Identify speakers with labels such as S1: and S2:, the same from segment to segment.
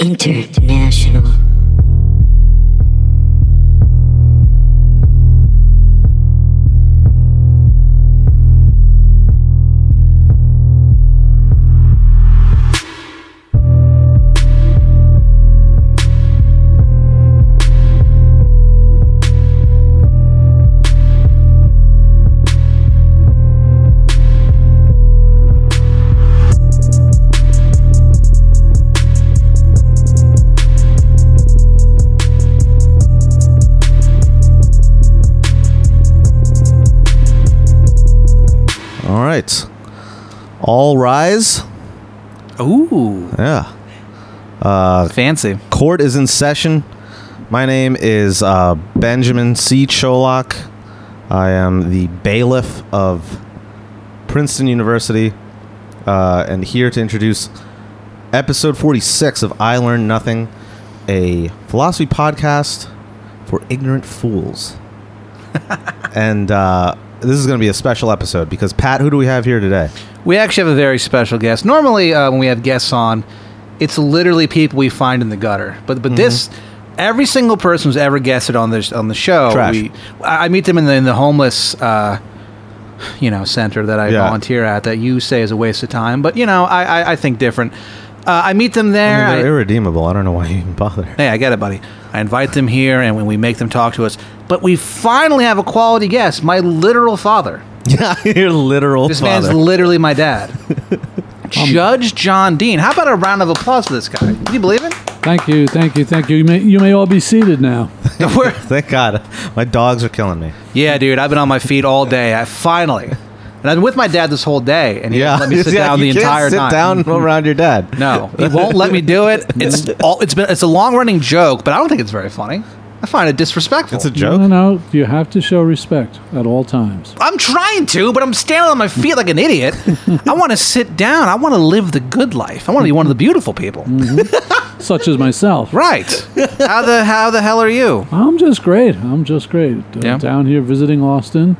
S1: International.
S2: All right. All rise.
S3: Ooh,
S2: Yeah. Uh,
S3: fancy.
S2: Court is in session. My name is uh, Benjamin C. Cholak. I am the bailiff of Princeton University uh, and here to introduce episode 46 of I Learn Nothing, a philosophy podcast for ignorant fools. and uh, this is going to be a special episode because, Pat, who do we have here today?
S3: We actually have a very special guest. Normally, uh, when we have guests on, it's literally people we find in the gutter. But
S2: Mm-hmm.
S3: but this, every single person who's ever guested on this on the show,
S2: Trash.
S3: we- I I meet them in the, in the homeless, uh, you know, center that I
S2: Yeah.
S3: volunteer at. That you say is a waste of time, but you know, I I, I think different. Uh, I meet them
S2: I
S3: there.
S2: mean,
S3: I-
S2: they're irredeemable. I don't know why you even bother.
S3: Hey, I get it, buddy. I invite them here, and when we make them talk to us, but we finally have a quality guest. My literal father.
S2: Yeah, your literal
S3: This
S2: father. Um,
S3: man's literally my dad. Judge John Dean. How about a round of applause for this guy? Can you believe it?
S4: Thank you, thank you, thank you. You may, you may all be seated now.
S3: We're-
S2: Thank God. My dogs are killing me.
S3: yeah, dude. I've been on my feet all day. I finally, and I've been with my dad this whole day, and he
S2: Yeah.
S3: won't let me sit
S2: Yeah,
S3: down
S2: you
S3: the
S2: can't
S3: entire
S2: sit
S3: time.
S2: down around your dad.
S3: No, he won't let me do it. It's all. It's been. It's a long running joke, but I don't think it's very funny. I find it disrespectful.
S2: It's a
S4: No, no,
S2: joke.
S4: no. You have to show respect at all times.
S3: I'm trying to, but I'm standing on my feet like an idiot. I want to sit down. I want to live the good life. I want to be one of the beautiful people.
S2: Mm.
S4: Such as myself.
S3: Right. How the how the hell are you?
S4: I'm just great. I'm just great. Uh,
S3: Yeah.
S4: Down here visiting Austin,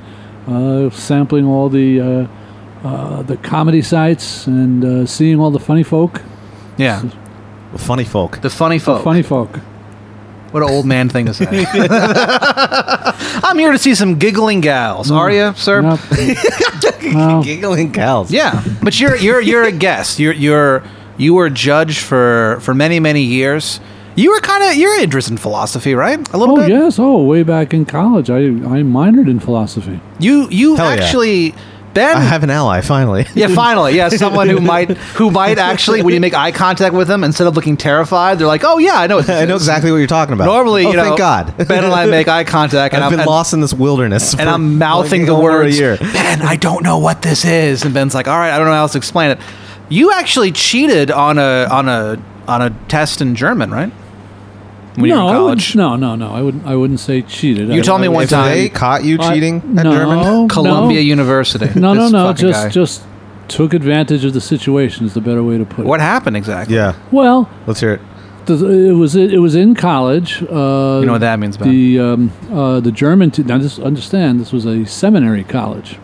S4: uh, sampling all the uh, uh, the comedy sites and uh, seeing all the funny folk.
S3: Yeah.
S2: Funny folk.
S3: The funny folk.
S4: Funny folk.
S3: What an old man thing to say. I'm here to see some giggling gals. Are you, sir?
S4: Nope. Well,
S2: Giggling gals.
S3: Yeah. But you're you're you're a guest. You're you're you were a judge for for many many years. You were kind of you're interested in philosophy, right? A little
S4: oh
S3: bit.
S4: yes. Oh, way back in college, I I minored in philosophy.
S3: You you
S2: Hell yeah.
S3: actually Ben
S2: I have an ally, finally.
S3: Yeah, finally. Yeah, someone who might who might actually when you make eye contact with them instead of looking terrified, they're like, "Oh yeah, I know." What this
S2: I know
S3: is."
S2: exactly what you're talking about.
S3: Normally,
S2: oh,
S3: you know,
S2: thank God.
S3: Ben and I make eye contact, and
S2: I've
S3: am
S2: been
S3: and,
S2: lost in this wilderness.
S3: and
S2: for
S3: I'm mouthing
S2: like
S3: the
S2: over
S3: words.
S2: A year.
S3: Ben, I don't know what this is, and Ben's like, "All right, I don't know how else to explain it." You actually cheated on a on a on a test in German, right? When you
S4: no,
S3: were in
S4: I
S3: college,
S4: wouldn't- no, no, no. I wouldn't. I wouldn't say cheated.
S3: You
S4: I-
S3: told me
S4: I-
S3: one
S2: If
S3: time-
S2: they caught you
S4: I-
S2: cheating at
S4: no,
S2: German?
S3: Columbia
S4: no.
S3: University.
S4: No, no,
S3: this
S4: no.
S3: fucking
S4: Just,
S3: guy.
S4: just took advantage of the situation is the better way to put it.
S3: what happened exactly?
S2: Yeah.
S4: Well,
S2: Let's hear it.
S4: th- it was it was in college. Uh,
S3: You know what that means, Ben?
S4: The um, uh, the German. T- now, just understand this was a seminary college.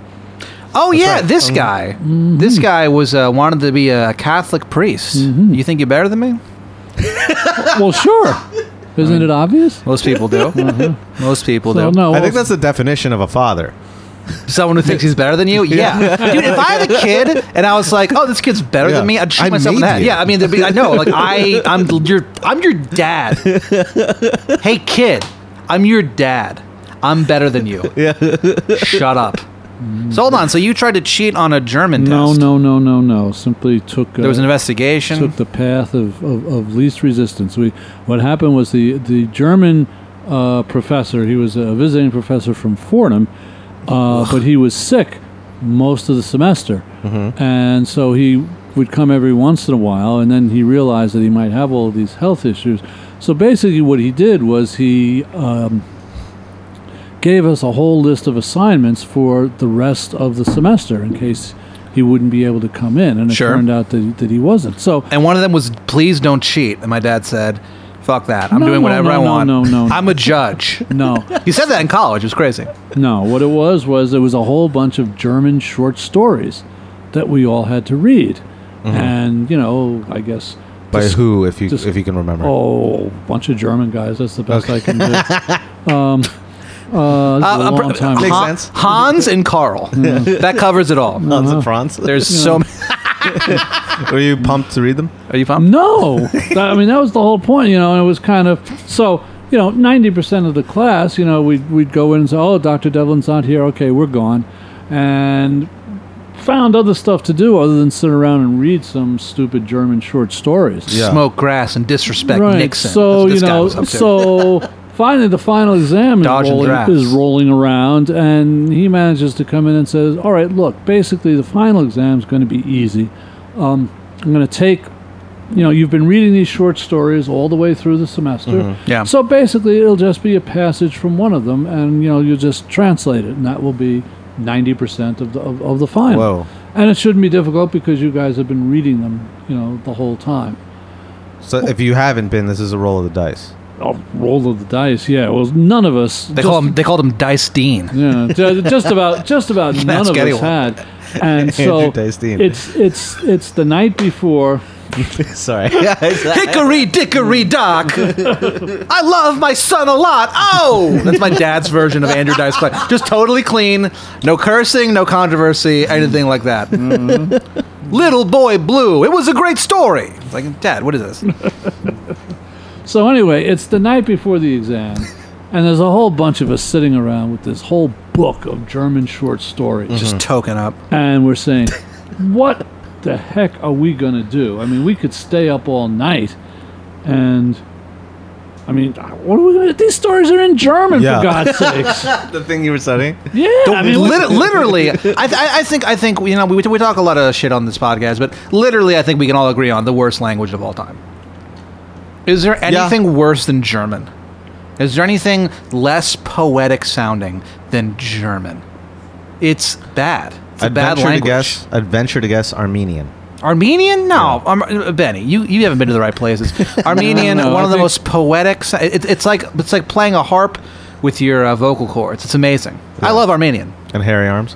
S3: Oh yeah, this
S4: Um,
S3: guy.
S4: mm-hmm.
S3: This guy was uh, wanted to be a Catholic priest.
S4: Mm-hmm.
S3: You think you're better than me?
S4: well, sure. Isn't it obvious?
S3: Most people do. Most people
S4: So,
S3: do.
S4: no,
S2: I think
S4: Mm-hmm. well,
S2: that's the definition of a father.
S3: Someone who thinks he's better than you? Yeah. Dude, if I had a kid and I was like, "Oh, this kid's better
S2: Yeah.
S3: than me," I'd shoot
S2: I
S3: myself in the
S2: made
S3: head.
S2: you.
S3: Yeah, I mean, there'd be, I know, like I, I'm your, I'm your dad. hey, kid, I'm your dad. I'm better than you. Yeah. Shut up. So hold on. So you tried to cheat on a German
S4: no,
S3: test?
S4: no, no, no, no. Simply took. Uh,
S3: There was an investigation.
S4: took the path of, of, of least resistance. We, what happened was the, the German uh, professor, he was a visiting professor from Fordham, uh, but he was sick most of the semester. And so he would come every once in a while, and then he realized that he might have all these health issues. So basically, what he did was he um, gave us a whole list of assignments for the rest of the semester in case he wouldn't be able to come in. And it
S3: Sure.
S4: turned out that, that he wasn't. So
S3: And one of them was, please don't cheat. And my dad said, fuck that. I'm
S4: No,
S3: doing
S4: no,
S3: whatever
S4: no,
S3: I
S4: no,
S3: want.
S4: no, no, no.
S3: I'm a judge.
S4: No,
S3: He said that in college. It was crazy.
S4: no. What it was was it was a whole bunch of German short stories that we all had to read, and you know, I guess
S2: By
S4: dis-
S2: who, if you
S4: dis-
S2: if you can remember?
S4: Oh, bunch of German guys. That's the best I can do. um, uh, this is a
S3: Uh,
S4: long time.
S2: Makes
S4: ago. Oh,
S3: Han-
S2: sense.
S3: Hans and Carl. that covers it all.
S2: Hans and Franz.
S3: There's so many.
S2: Were you pumped to read them?
S3: Are you pumped?
S4: No, That- I mean that was the whole point, you know. And it was kind of so, you know, ninety percent of the class, you know, we'd we'd go in and say, "Oh, Doctor Devlin's not here. Okay, we're gone," and found other stuff to do other than sit around and read some stupid German short stories.
S2: Yeah.
S3: Smoke grass and disrespect
S4: right.
S3: Nixon.
S4: So
S3: That's what
S4: you
S3: this guy
S4: know,
S3: was up to.
S4: so finally the final exam is
S3: Dodging
S4: rolling,
S3: drafts.
S4: is rolling around, and he manages to come in and says, "All right, look, basically the final exam is going to be easy. Um, I'm going to take." You know, you've been reading these short stories all the way through the semester.
S3: Mm-hmm. Yeah.
S4: So basically, it'll just be a passage from one of them, and you know, you just translate it, and that will be ninety percent of the of, of the final.
S2: Whoa.
S4: And it shouldn't be difficult because you guys have been reading them, you know, the whole time.
S2: So if you haven't been, this is a roll of the dice.
S4: Oh, roll of the dice. Yeah, well, none of us.
S3: they
S4: just,
S3: call him. They called him Dice Dean.
S4: Yeah, ju- just about, just about none of
S3: Getty
S4: us
S3: one.
S4: had. And so
S2: Andrew Dice Dean.
S4: it's it's it's the night before.
S2: Sorry.
S3: Hickory dickory dock. I love my son a lot. Oh, that's my dad's version of Andrew Dice Clay. Just totally clean, no cursing, no controversy, anything like that.
S4: Mm-hmm.
S3: Little boy blue. It was a great story. It's like, Dad, what is
S4: Mm-hmm.
S3: this?
S4: So anyway, it's the night before the exam, and there's a whole bunch of us sitting around with this whole book of German short stories,
S3: Just token up.
S4: and we're saying, "What the heck are we gonna do? I mean, we could stay up all night, and." I mean, what are we gonna? These stories are in German,
S2: Yeah.
S4: for God's sakes.
S2: the thing you were studying.
S4: Yeah, I mean,
S3: Lit- literally, I, th- I I think I think you know we, we talk a lot of shit on this podcast, but literally, I think we can all agree on the worst language of all time. Is there anything worse than German? Is there anything less poetic sounding than German? It's bad. It's a
S2: I'd
S3: bad
S2: venture
S3: language.
S2: to guess. I'd venture to guess Armenian.
S3: Armenian? No, Arm- uh, Benny, you, you haven't been to the right places. Armenian,
S4: No, no,
S3: one
S4: I
S3: of the
S4: think-
S3: most poetic. sa- It, it's like it's like playing a harp with your uh, vocal cords. It's amazing. I love Armenian.
S2: And hairy arms.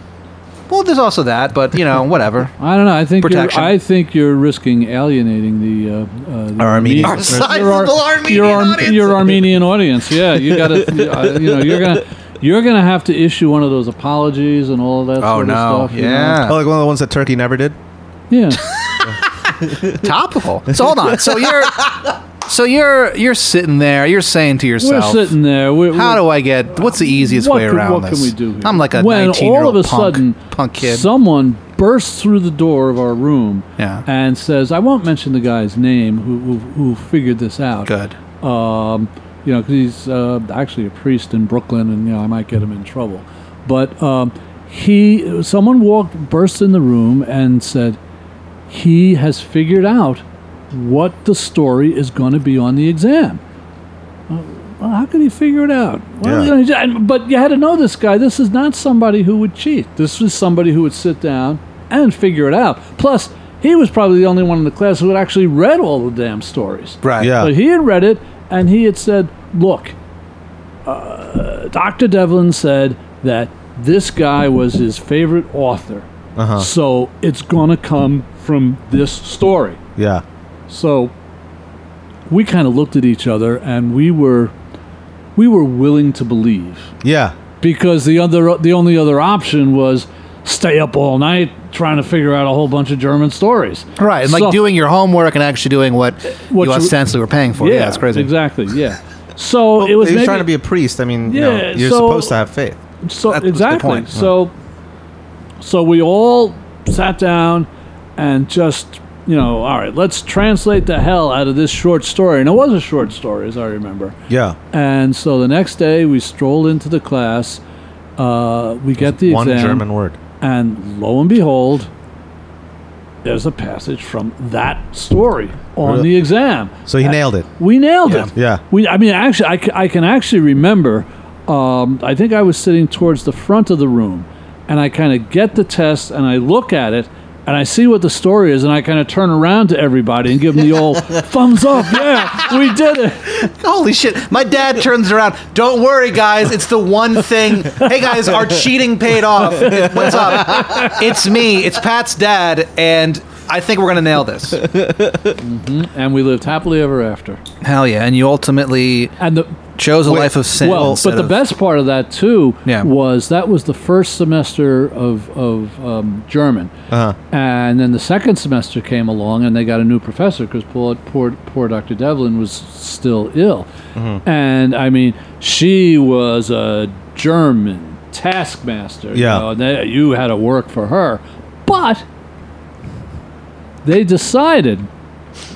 S3: Well, there's also that, but you know, whatever.
S4: I don't know. I think
S3: Protection.
S4: You're, I think you're risking alienating the, uh, uh, the
S2: Our Armenian
S4: Armenian-
S2: Our
S4: listeners.
S3: sizable Armenian
S4: your, Arm-
S3: audience.
S4: your Armenian audience. Yeah, you got to. uh, you know, you're gonna you're gonna have to issue one of those apologies and all of that.
S3: Oh
S4: sort
S3: no!
S4: of stuff, you know?
S2: Oh,
S3: Yeah,
S2: like one of the ones that Turkey never did.
S4: yeah.
S3: topical. So hold on. So you're, so you're, you're sitting there. You're saying to
S4: We're
S3: yourself,
S4: sitting there. We're,
S3: "How do I get? What's the easiest
S4: what
S3: way
S4: can-
S3: around
S4: what
S3: this?
S4: can we do? Here?
S3: I'm like a
S4: when
S3: 19 year
S4: all
S3: old
S4: of a
S3: punk,
S4: sudden
S3: punk kid.
S4: someone bursts through the door of our room
S3: Yeah.
S4: and says, "I won't mention the guy's name who who, who figured this out."
S3: Good.
S4: um, you know, 'cause he's uh, actually a priest in Brooklyn, and you know, I might get him in trouble. But um, he, someone walked, burst in the room, and said, "He has figured out what the story is going to be on the exam." Uh, well, how could he figure it out? Well,
S2: Yeah.
S4: you know, he j- and- but you had to know this guy. This is not somebody who would cheat. This was somebody who would sit down and figure it out. Plus, he was probably the only one in the class who had actually read all the damn stories.
S3: Right.
S2: Yeah.
S4: But he had read it, and he had said, "Look, uh, Dr. Devlin said that this guy was his favorite author,
S2: Uh-huh.
S4: so it's gonna come from this story."
S2: Yeah.
S4: So we kind of looked at each other, and we were we were willing to believe
S2: Yeah.
S4: because the other the only other option was stay up all night trying to figure out a whole bunch of German stories.
S3: Right. And like
S4: So-
S3: doing your homework and actually doing what,
S4: What
S3: you
S4: you-
S3: ostensibly were paying for. Yeah, it's crazy.
S4: Exactly. Yeah. So it
S2: He
S4: was
S2: was
S4: maybe-
S2: trying to be a priest. I mean, you know,
S4: Yeah,
S2: you're
S4: so-
S2: supposed to have faith.
S4: So
S3: That's a good
S4: exactly.
S3: point.
S4: So so we all sat down and just you know, all right, let's translate the hell out of this short story. And it was a short story, as I remember.
S2: Yeah.
S4: And so the next day, we strolled into the class. Uh, we get the
S2: One
S4: exam,
S2: German word.
S4: and lo and behold, there's a passage from that story on
S2: Really?
S4: the exam.
S2: So he nailed it.
S4: We nailed
S3: Yeah.
S4: it.
S2: Yeah.
S4: We, I mean, actually, I, ca- I can actually remember. Um, I think I was sitting towards the front of the room, and I kind of get the test and I look at it and I see what the story is, and I kind of turn around to everybody and give them the old thumbs up. Yeah, we did it.
S3: Holy shit. My dad turns around. Don't worry, guys. It's the one thing. Hey, guys, our cheating paid off. What's up? It's me. It's Pat's dad. And I think we're gonna nail this.
S4: and we lived happily ever after.
S3: Hell yeah! And you ultimately
S4: And the
S3: chose a
S2: Wait,
S3: life of sin.
S4: well,
S3: instead
S4: but the
S3: of-
S4: best part of that too
S3: Yeah.
S4: was that was the first semester of of um, German,
S2: Uh-huh.
S4: and then the second semester came along, and they got a new professor because poor, poor poor Dr. Devlin was still ill,
S3: Mm-hmm.
S4: and I mean she was a German taskmaster. you
S2: Yeah.
S4: know, and they- you had to work for her, but they decided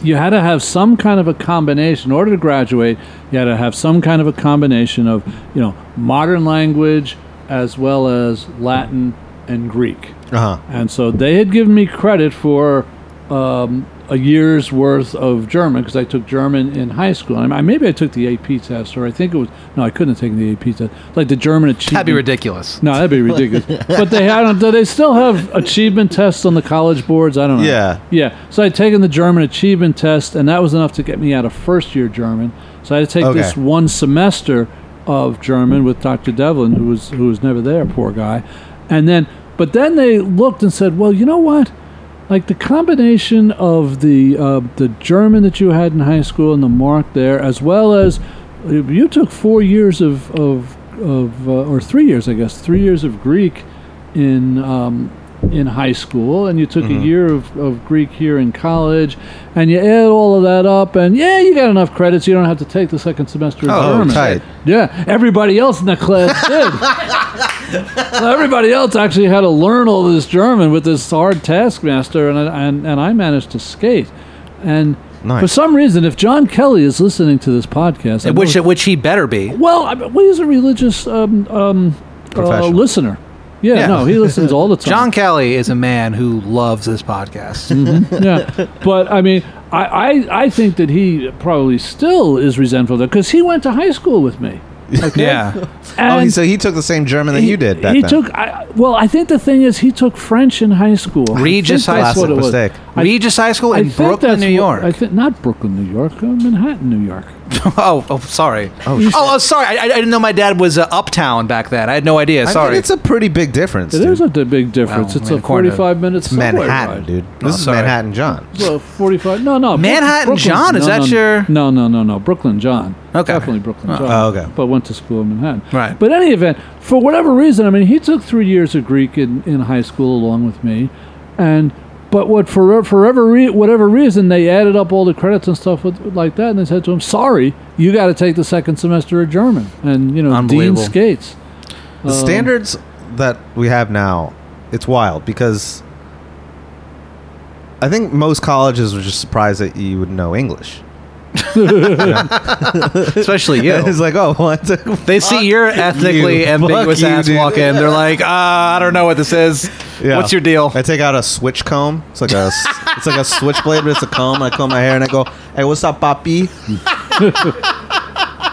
S4: you had to have some kind of a combination in order to graduate you had to have some kind of a combination of you know modern language as well as latin and greek
S2: Uh huh.
S4: and so they had given me credit for um, a year's worth of German because I took German in high school. And I, maybe I took the AP test, or I think it was no, I couldn't have taken the AP test. Like the German achievement.
S3: That'd be ridiculous.
S4: No, that'd be ridiculous. but they had. Do they still have achievement tests on the college boards? I don't know.
S2: Yeah.
S4: Yeah. So I'd taken the German achievement test, and that was enough to get me out of first year German. So I had to take
S2: Okay.
S4: this one semester of German with Dr. Devlin, who was who was never there, poor guy. And then, but then they looked and said, "Well, you know what? Like the combination of the uh, the German that you had in high school and the mark there, as well as uh, you took four years of of, of uh, or three years, I guess, three years of Greek in um, in high school, and you took
S2: Mm-hmm.
S4: a year of, of Greek here in college, and you add all of that up, and yeah, you got enough credits. You don't have to take the second semester of
S2: Oh,
S4: German.
S2: tight.
S4: Yeah, everybody else in the class did. So everybody else actually had to learn all this German with this hard taskmaster, and I- and and I managed to skate. And
S2: Nice.
S4: for some reason, if John Kelly is listening to this podcast, I know
S3: Which which he better be.
S4: well, I mean, well, he's a religious um, um, uh,
S2: Professional.
S4: listener. Yeah,
S3: Yeah.
S4: no, he listens all the
S3: John
S4: time.
S3: Kelly is a man who loves this podcast.
S4: Mm-hmm. yeah, but I mean, I, I, I think that he probably still is resentful because he went to high school with me.
S3: Yeah.
S2: Oh, he,
S4: And
S2: so he took the same German that you did back
S4: he
S2: then.
S4: took. I, well, I think the thing is, he took French in high school. I
S3: Regis
S4: think
S3: High
S4: that's
S3: School.
S4: what it was.
S2: Mistake.
S4: I-
S3: Regis High School
S4: I
S3: in
S4: think
S3: Brooklyn,
S4: that's
S3: New
S4: what-
S3: York.
S4: I think not Brooklyn, New York, uh, Manhattan, New York.
S3: oh, oh, sorry. Oh,
S2: shit.
S3: oh, sorry. I, I didn't know my dad was uh, uptown back then. I had no idea.
S2: I mean,
S3: Sorry.
S2: it's a pretty big difference.
S4: It
S2: dude.
S4: is a d- big difference.
S3: Well,
S4: it's
S3: I mean,
S4: a
S3: according to-
S4: forty-five minute
S2: It's
S4: subway
S2: Manhattan,
S4: ride.
S2: dude.
S3: Oh,
S2: This is
S3: sorry.
S2: Manhattan John.
S4: So 45. No, no. Brook-
S3: Manhattan John, is
S4: no,
S3: that
S4: no,
S3: your-
S4: No, no, no, no. Brooklyn John.
S3: Okay.
S4: Definitely Brooklyn John.
S2: oh, okay.
S4: But went to school in Manhattan.
S3: Right.
S4: But any event, for whatever reason, I mean, he took three years of Greek in, in high school along with me. And. But what for forever re- whatever reason they added up all the credits and stuff with, like that, and they said to him, "Sorry, you got to take the second semester of German." And you know, Dean
S3: Unbelievable.
S4: skates.
S2: The
S3: Um,
S2: standards that we have now, it's wild because I think most colleges were just surprised that you would know English.
S3: Especially you.
S2: it's like, oh, well, I took
S3: They see your ethnically
S2: you.
S3: ambiguous
S2: Fuck you,
S3: ass
S2: dude.
S3: walk in. They're like, uh, I don't know what this is.
S2: Yeah.
S3: What's your deal?
S2: I take out a switch comb. It's like a s- it's like a switchblade, but it's a comb. I comb my hair and I go, "Hey, what's up, papi?" um,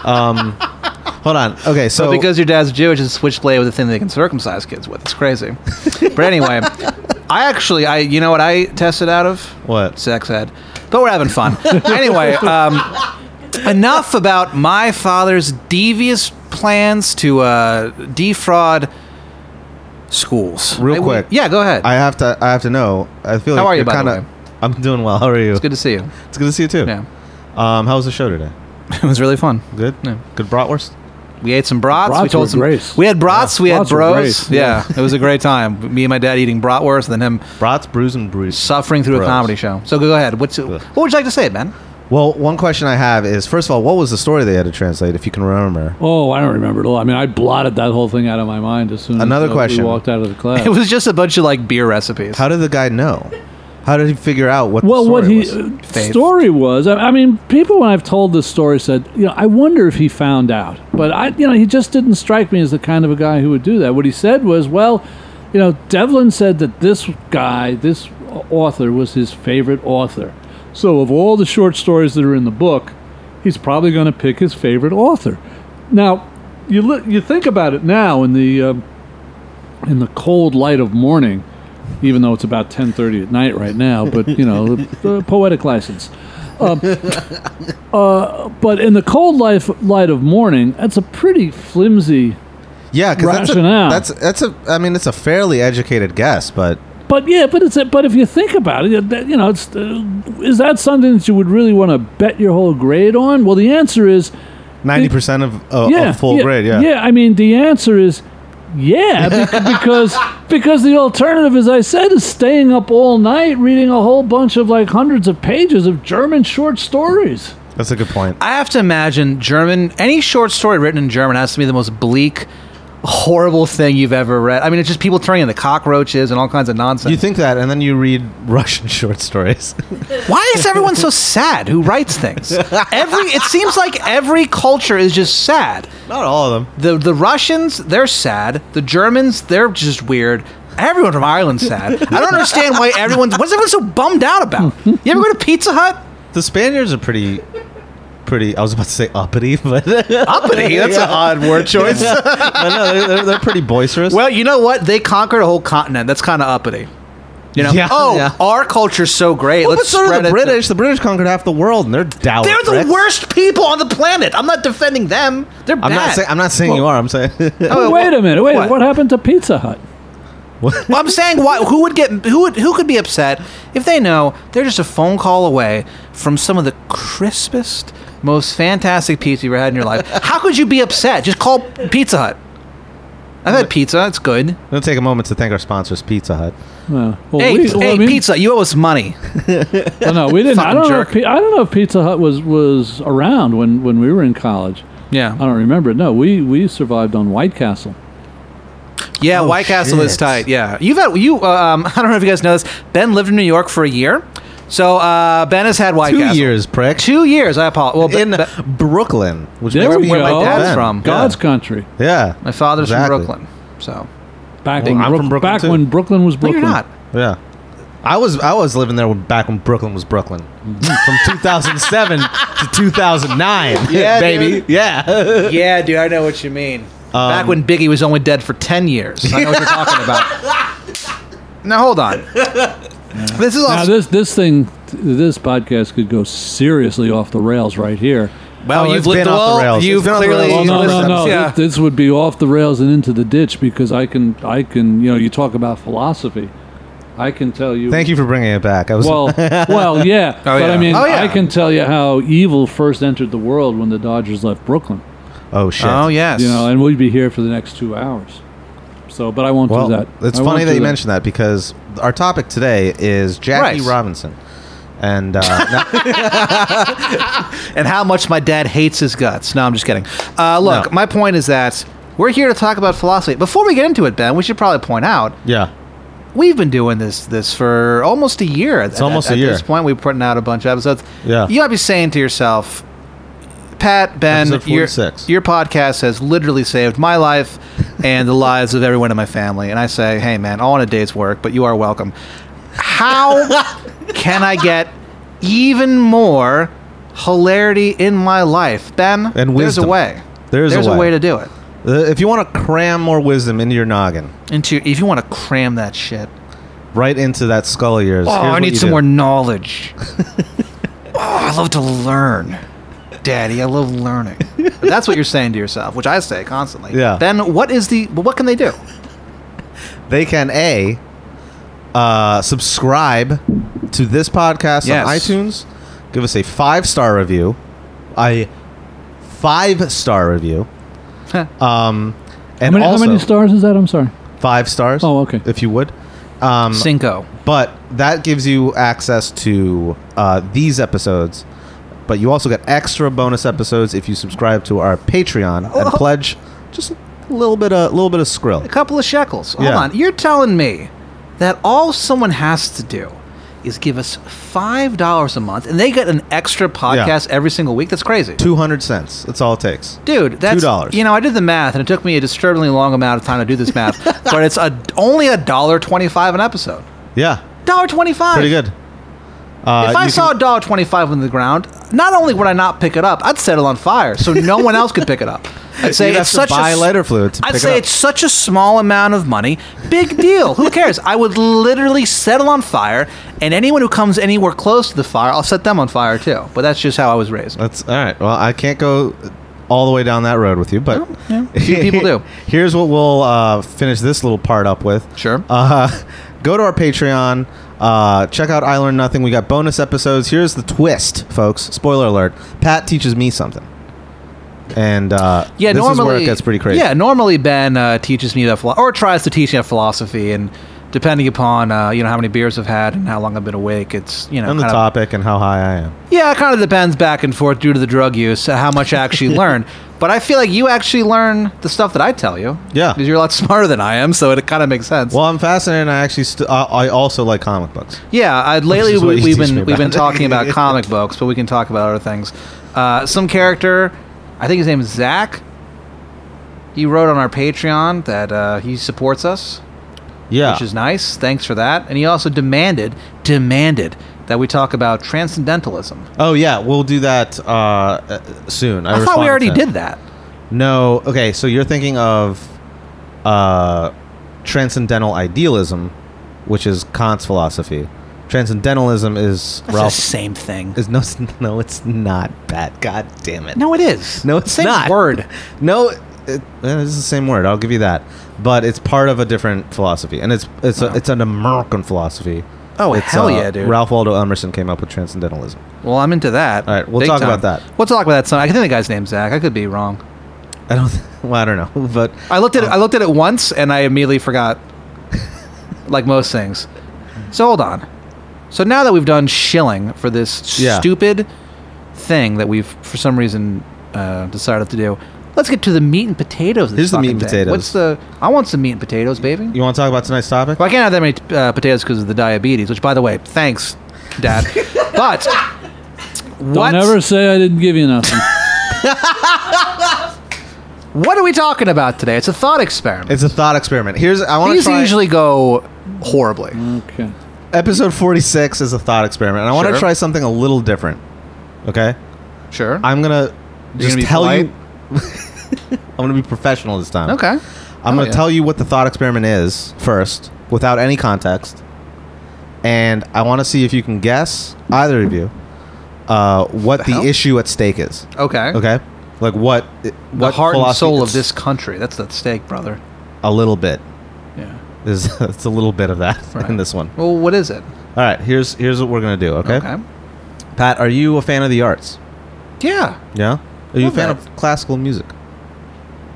S2: hold on. Okay, so
S3: But because your dad's Jewish, it's a switchblade with a thing they can circumcise kids with. It's crazy. but anyway, I actually, I you know what I tested out of?
S2: What?
S3: Sex ed. But we're having fun. anyway, um, enough about my father's devious plans to uh, defraud schools.
S2: Real
S3: I-
S2: quick.
S3: yeah, go ahead.
S2: I have to I have to know. I feel
S3: How
S2: like
S3: are you,
S2: you're
S3: by the
S2: kinda,
S3: way?
S2: I'm doing well. How are you?
S3: it's good to see you.
S2: It's good to see you too.
S3: Yeah,
S2: Um, how was the show today?
S3: it was really fun.
S2: Good.
S3: Yeah.
S2: Good bratwurst.
S3: We ate some brats. we
S4: Brats
S3: told
S4: were
S3: some.
S4: great.
S3: We had brats. We had
S4: brats were
S3: bros.
S4: great,
S3: Yeah. it was a great time. Me and my dad eating bratwurst, and then him
S2: Brats, brews, and brews.
S3: suffering through
S2: Bros.
S3: a comedy show. So go ahead. What's what would you like to say, man?
S2: Well, one question I have is: first of all, what was the story they had to translate, if you can remember?
S4: Oh, I don't remember it all. I mean, I blotted that whole thing out of my mind as soon
S2: Another
S4: as uh,
S2: question.
S4: we walked out of the class.
S3: It was just a bunch of like beer recipes.
S2: How did the guy know? How did he figure out what?
S4: well,
S2: the story
S4: what he
S2: was?
S4: uh,
S3: Faith.
S4: story was, I, I mean, people when I've told this story said, you know, I wonder if he found out. But I, you know, he just didn't strike me as the kind of a guy who would do that. What he said was, well, you know, Devlin said that this guy, this author, was his favorite author. So of all the short stories that are in the book, he's probably going to pick his favorite author. Now, you li- you think about it now in the um in the cold light of morning, even though it's about ten thirty at night right now. But you know, the poetic license. Um, uh, but in the cold life, light of morning, that's a pretty flimsy.
S2: Yeah, because that's a,
S4: Rationale.
S2: that's that's a. I mean, it's a fairly educated guess, but
S4: But yeah, but it's but if you think about it, that- you know, it's uh, is that something that you would really want to bet your whole grade on? Well, the answer is
S2: Ninety percent of a
S4: yeah,
S2: a full
S4: yeah,
S2: grade. Yeah.
S4: I mean, the answer is yeah, bec- because because the alternative, as I said, is staying up all night reading a whole bunch of like hundreds of pages of German short stories.
S2: that's a good point.
S3: I have to imagine German. Any short story written in German has to be the most bleak, horrible thing you've ever read. I mean, it's just people turning into cockroaches and all kinds of nonsense.
S2: You think that, and then you read Russian short stories.
S3: Why is everyone so sad? Who writes things? Every it seems like every culture is just sad.
S2: Not all of them.
S3: The the Russians, they're sad. The Germans, they're just weird. Everyone from Ireland's sad. I don't understand why everyone's what's everyone so bummed out about? You ever go to Pizza Hut?
S2: The Spaniards are pretty, pretty. I was about to say uppity, but
S3: Uppity. That's an odd word choice.
S2: I know they're, they're, they're pretty boisterous.
S3: Well, you know what? They conquered a whole continent. That's kind of uppity. You know?
S2: Yeah.
S3: oh,
S2: Yeah.
S3: our culture's so great.
S2: Well, but
S3: Let's
S2: so did
S3: spread
S2: the
S3: it to-
S2: British. the British conquered half the world, and they're down.
S3: They're the worst people on the planet. I'm not defending them. They're
S2: I'm
S3: bad.
S2: not saying. I'm not saying you are. I'm saying.
S4: Oh, wait a minute, wait,
S3: what?
S4: what? happened to Pizza Hut?
S3: Well, I'm saying why, who would get who would, who could be upset if they know they're just a phone call away from some of the crispest, most fantastic pizza you ever had in your life. How could you be upset? Just call Pizza Hut. I've had pizza. It's good.
S2: I'm gonna take a moment to thank our sponsors, Pizza Hut.
S4: Uh, well,
S3: Hey,
S4: we-
S3: hey,
S4: well, I mean-
S3: pizza! You owe us money.
S4: well, no, we didn't.
S3: Fucking
S4: I don't know. If,
S3: jerk.
S4: Pi- I don't know if Pizza Hut was was around when when we were in college. I
S3: Yeah,
S4: don't remember. No, we we survived on White Castle.
S3: yeah.
S4: Oh,
S3: White Castle is
S2: shit.
S3: tight. Yeah, you've had you. uh, Um, I don't know if you guys know this. Ben lived in New York for a year, so uh, Ben has had White
S2: Two
S3: Castle.
S2: years, prick.
S3: Two years. I apologize. Well,
S2: in
S3: Ben- Ben-
S2: Brooklyn, which
S4: There
S2: makes
S4: we
S2: me
S4: go.
S2: where my dad's
S3: Ben.
S2: from.
S4: God's country.
S2: Yeah.
S3: my father's
S2: Exactly.
S3: from Brooklyn, so
S4: Back
S2: Well,
S4: when
S2: I'm
S4: Brook-
S2: from Brooklyn,
S4: back
S2: too.
S4: when Brooklyn was
S3: no,
S4: Brooklyn.
S3: you're not.
S2: Yeah. I was I was living there when, back when Brooklyn was Brooklyn,
S3: Mm-hmm.
S2: from 2007 to 2009.
S3: Yeah,
S2: baby. Yeah.
S3: yeah, dude, I know what you mean. Back
S2: Um,
S3: when Biggie was only dead for 10 years. I know what you're talking about. Now, hold on. This is
S4: Now
S3: also.
S4: this this thing this podcast could go seriously off the rails right here.
S3: well,
S2: Oh,
S3: you've
S2: it's
S3: lived
S2: been
S3: the
S2: off the
S3: well,
S2: rails.
S3: You've
S2: It's been off the
S3: clearly.
S2: rails.
S4: Well, Oh, no, no, no.
S3: Yeah.
S4: This, this would be off the rails and into the ditch because I can I can you know you talk about philosophy. I can tell you.
S2: Thank you for bringing it back. I was
S4: Well, well, yeah. but
S3: yeah.
S4: I mean,
S3: Oh, yeah.
S4: I can tell you how evil first entered the world when the Dodgers left Brooklyn.
S2: Oh shit.
S3: Oh, yes.
S4: You know, and we'd be here for the next two hours. So, but I won't
S2: Well,
S4: do that.
S2: it's
S4: I won't
S2: funny that
S4: do
S2: you mentioned that because our topic today is Jackie
S3: Rice.
S2: Robinson. And uh, no-
S3: and how much my dad hates his guts. No, I'm just kidding. Uh, look,
S2: No.
S3: my point is that we're here to talk about philosophy. Before we get into it, Ben, we should probably point out
S2: yeah,
S3: we've been doing this this for almost a year. It's
S2: almost a
S3: at, at
S2: year.
S3: this point. We're putting out a bunch of episodes.
S2: Yeah.
S3: you might be saying to yourself, Pat, Ben,
S2: Episode
S3: your,
S2: 46.
S3: your podcast has literally saved my life and the lives of everyone in my family. And I say, hey, man, all in a day's work, but you are welcome. How can I get even more hilarity in my life, Ben?
S2: And
S3: there's a
S2: wisdom.
S3: way.
S2: There's a way.
S3: to do it.
S2: Uh, if you want to cram more wisdom into your noggin,
S3: Into if you want to cram that shit.
S2: right into that skull of yours.
S3: Oh,
S2: here's
S3: I
S2: what
S3: need
S2: you
S3: some
S2: do.
S3: more knowledge. oh, I love to learn. Daddy, I love learning. That's what you're saying to yourself, which I say constantly.
S2: Yeah.
S3: Then what is the what can they do?
S2: They can a uh, subscribe to this podcast
S3: Yes.
S2: on iTunes. Give us a five star review. A five star review. um,
S4: How
S2: and
S4: many,
S2: also
S4: how many stars is that? I'm sorry.
S2: five stars.
S4: Oh, okay.
S2: If you would. Um,
S3: Cinco.
S2: But that gives you access to uh, these episodes. But you also get extra bonus episodes if you subscribe to our Patreon and
S3: Oh.
S2: pledge just a little bit of little bit of
S3: A
S2: skrill.
S3: couple of shekels. Hold
S2: Yeah.
S3: on. You're telling me that all someone has to do is give us five dollars a month and they get an extra podcast every single week. That's crazy.
S2: Two hundred cents. That's all it takes.
S3: Dude, that's
S2: $2.
S3: You know, I did the math, and it took me a disturbingly long amount of time to do this math, but it's a, only a dollar twenty-five an episode.
S2: Yeah,
S3: Dollar twenty-five.
S2: pretty good. Uh,
S3: If I
S2: you
S3: saw
S2: can-
S3: a dollar twenty-five on the ground, not only would I not pick it up, I'd set it on fire so no one else could pick it up. I'd say
S2: You'd have
S3: it's
S2: to
S3: such
S2: buy
S3: a s-
S2: lighter fluid to
S3: I'd
S2: pick it
S3: say
S2: up.
S3: it's such a small amount of money. Big deal. Who cares? I would literally set it on fire, and anyone who comes anywhere close to the fire, I'll set them on fire too. But that's just how I was raised.
S2: that's all right. Well, I can't go all the way down that road with you, but
S3: yeah. Few people do.
S2: Here's what we'll uh, finish this little part up with.
S3: Sure.
S2: Uh, Go to our Patreon. Uh, check out I Learned Nothing. We got bonus episodes. Here's the twist, folks. Spoiler alert. Pat teaches me something. And uh,
S3: Yeah,
S2: this
S3: normally
S2: is where it gets pretty crazy.
S3: Yeah, normally Ben uh, teaches me that philo- or tries to teach me that philosophy, and depending upon uh, you know how many beers I've had and how long I've been awake, it's you know
S2: And the
S3: kind of-
S2: topic and how high I am.
S3: yeah, it kind of depends back and forth due to the drug use uh, how much I actually learn. But I feel like you actually learn the stuff that I tell you.
S2: Yeah.
S3: because you're a lot smarter than I am, so it kind of makes sense.
S2: Well, I'm fascinated. And I actually, st- I, I also like comic books.
S3: Yeah, uh, lately
S2: is what
S3: we,
S2: you
S3: we've
S2: teach me
S3: been we've been
S2: about.
S3: talking about comic books, but we can talk about other things. Uh, some character, I think his name is Zach. He wrote on our Patreon that uh, he supports us,
S2: Yeah,
S3: which is nice. Thanks for that. And he also demanded demanded that we talk about transcendentalism.
S2: Oh yeah, we'll do that uh, uh, soon.
S3: I, thought we
S2: responded
S3: already
S2: to
S3: did that.
S2: No. Okay, so you're thinking of uh, transcendental idealism, which is Kant's philosophy. Transcendentalism is
S3: That's
S2: Ralph.
S3: the same thing.
S2: Is no, no, it's not that. God damn it.
S3: No, it is.
S2: No, it's
S3: same
S2: not.
S3: word.
S2: No, it, it is the same word. I'll give you that, but it's part of a different philosophy, and it's it's a,
S3: Oh.
S2: it's an American philosophy.
S3: Oh,
S2: it's, uh,
S3: hell yeah, dude.
S2: Ralph Waldo Emerson came up with transcendentalism.
S3: Well, I'm into that.
S2: All right, we'll talk about that.
S3: We'll talk about that. Some. I think the guy's name's Zach. I could be wrong.
S2: I don't. Th- well, I don't know, but
S3: I looked at it, I looked at it once and I immediately forgot, like most things. So hold on. So now that we've done shilling for this
S2: Yeah.
S3: stupid thing that we've for some reason uh, decided to do, let's get to the meat and potatoes. Of this
S2: Here's the meat and
S3: fucking thing.
S2: potatoes.
S3: What's the? I want some meat and potatoes, baby.
S2: you want to talk about tonight's topic?
S3: Well, I can't have that many uh, potatoes because of the diabetes. Which, by the way, thanks, Dad. but what?
S4: Don't ever say I didn't give you nothing.
S3: what are we talking about today? It's a thought experiment.
S2: It's a thought experiment. Here's I want to
S3: These
S2: try.
S3: usually go horribly.
S4: okay.
S2: episode 46 is a thought experiment, and I want to
S3: Sure.
S2: try something a little different. Okay,
S3: Sure.
S2: I'm gonna just
S3: gonna be
S2: tell
S3: polite?
S2: you. I'm gonna be professional this time.
S3: okay.
S2: I'm
S3: Oh,
S2: going to
S3: yeah.
S2: tell you what the thought experiment is first, without any context, and I want to see if you can guess either of you uh, what the,
S3: hell?
S2: issue at stake is.
S3: Okay.
S2: Okay, like what
S3: the
S2: what
S3: heart and
S2: philosophy-
S3: soul of
S2: it's
S3: this country. That's at stake, brother.
S2: A little bit.
S3: Yeah.
S2: There's it's a little bit of that in
S3: Right.
S2: this one.
S3: Well, what is it?
S2: All right, here's here's what we're gonna do. Okay? Pat, are you a fan of the arts?
S3: Yeah,
S2: Yeah. Are you a
S3: Love
S2: fan
S3: that.
S2: of classical music?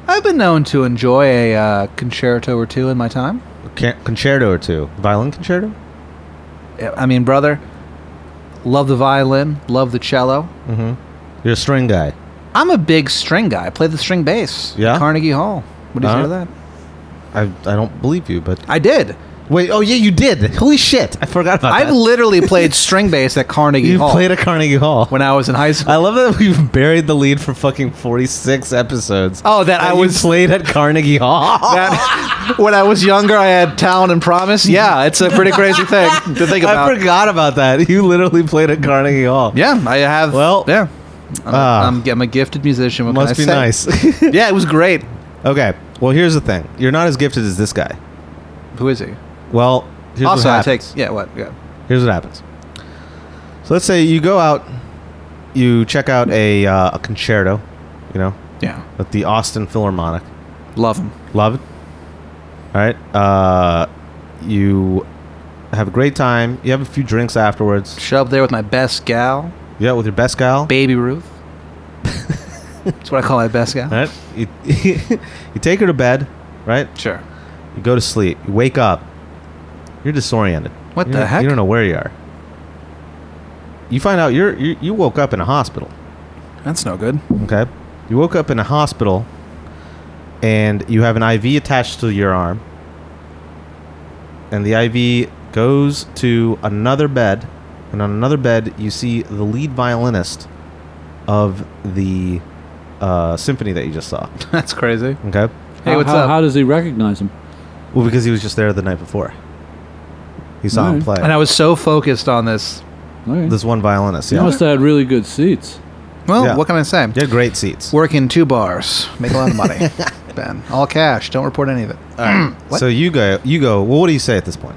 S3: I've been known to enjoy a uh, concerto or two in my time.
S2: Ca- Concerto or two? Violin concerto?
S3: Yeah, I mean, brother, love the violin, love the cello.
S2: Mm-hmm. You're a string guy.
S3: I'm a big string guy. I play the string bass. at
S2: Yeah?
S3: Carnegie Hall. What do you
S2: Uh-huh.
S3: say to that?
S2: I I don't believe you, but
S3: I did.
S2: Wait, oh yeah, you did. Holy shit, I forgot about
S3: I've
S2: that.
S3: literally played string bass at Carnegie
S2: you
S3: Hall
S2: played at Carnegie Hall.
S3: when I was in high school.
S2: I love that we've buried the lead for fucking forty six episodes.
S3: oh, that I
S2: you
S3: was
S2: played at Carnegie Hall.
S3: that when I was younger, I had talent and promise. Yeah, it's a pretty crazy thing to think about.
S2: Mm-hmm. I forgot about that. You literally played at Carnegie Hall.
S3: Yeah, I have.
S2: Well,
S3: yeah, I'm,
S2: ah.
S3: I'm, I'm a gifted musician. What
S2: must be
S3: can I say?
S2: nice.
S3: yeah, it was great.
S2: okay, well here's the thing. You're not as gifted as this guy.
S3: Who is he?
S2: Well, here's
S3: also,
S2: what
S3: I
S2: happens.
S3: take. Yeah, what? Yeah.
S2: Here's what happens. So let's say you go out, you check out a uh, a concerto, you know,
S3: Yeah.
S2: at the Austin Philharmonic.
S3: Love him.
S2: Love it. All right. Uh, you have a great time. You have a few drinks afterwards.
S3: Shove there with my best gal,
S2: You out with your best gal.
S3: Baby Ruth. That's what I call my best gal.
S2: All right. You, you take her to bed, right?
S3: Sure.
S2: You go to sleep. You wake up. You're disoriented.
S3: What
S2: You
S3: the
S2: don't-
S3: heck?
S2: You don't know where you are. You find out you're, you you woke up in a hospital.
S3: That's no good.
S2: Okay. You woke up in a hospital and you have an IV attached to your arm. And the IV goes to another bed. And on another bed, you see the lead violinist of the uh, symphony that you just saw.
S3: That's crazy.
S2: Okay.
S3: Hey,
S4: How-
S3: what's
S4: how,
S3: up?
S4: How does he recognize him?
S2: Well, because he was just there the night before. He saw him
S4: Alright.
S2: play.
S3: And I was so focused on this.
S4: All right.
S2: This one violinist.
S4: You
S2: Yeah.
S4: must have had really good seats.
S3: Well,
S2: Yeah.
S3: what can I say?
S2: They're great seats.
S3: Work in two bars, make a lot of money. ben, all cash. Don't report any of it. What?
S2: So you go. You go. Well, what do you say at this point?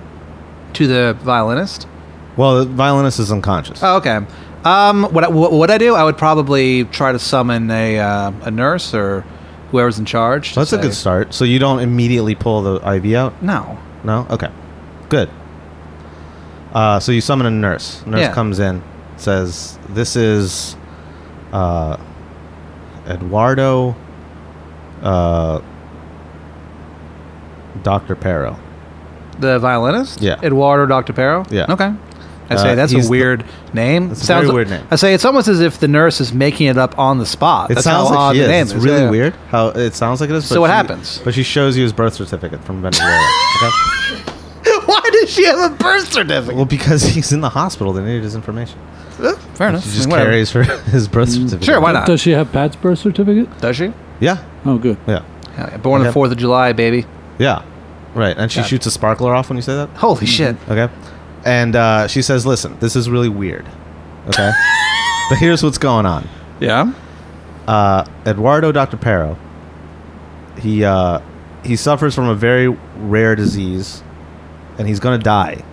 S3: to the violinist.
S2: Well, the violinist is unconscious.
S3: Oh, okay. Um, what I, what would I do? I would probably try to summon a uh, a nurse or whoever's in charge. to
S2: That's a
S3: say-
S2: good start. So you don't immediately pull the IV out?
S3: No,
S2: No? Okay. Good. Uh, so you summon a nurse. Nurse
S3: Yeah.
S2: comes in, says, "This is uh, Eduardo, uh, Doctor Perro."
S3: The violinist?
S2: Yeah.
S3: Eduardo Doctopero?
S2: Yeah.
S3: Okay. I
S2: Uh,
S3: say that's
S2: he's
S3: a
S2: the-
S3: weird name.
S2: That's a very weird name.
S3: I say it's almost as if the nurse is making it up on the spot.
S2: It
S3: that's
S2: sounds
S3: how
S2: like
S3: odd
S2: she
S3: the
S2: is.
S3: name
S2: It's
S3: is.
S2: really
S3: Yeah.
S2: weird how it sounds like it is.
S3: So
S2: but
S3: what
S2: she-
S3: happens?
S2: But she shows you his birth certificate from Venezuela. okay?
S3: Why does she have a birth certificate?
S2: Well, because he's in the hospital, they needed his information.
S3: Uh, Fair enough.
S2: She just
S3: I mean, whatever.
S2: carries
S3: Mm-hmm.
S2: her his birth certificate.
S3: Sure, why not?
S4: Does she have Pat's birth certificate?
S3: Does she?
S2: Yeah,
S4: Oh, good.
S2: yeah,
S3: Hell yeah. Born
S2: Yeah.
S3: the Fourth of July, baby.
S2: yeah. Right, and she
S3: Gotcha.
S2: shoots a sparkler off when you say that.
S3: Holy shit!
S2: Okay. And uh, she says, listen, this is really weird. Okay. but here's what's going on
S3: Yeah.
S2: uh, Eduardo Dr. Pero, he, uh, he suffers from a very rare disease and he's going to die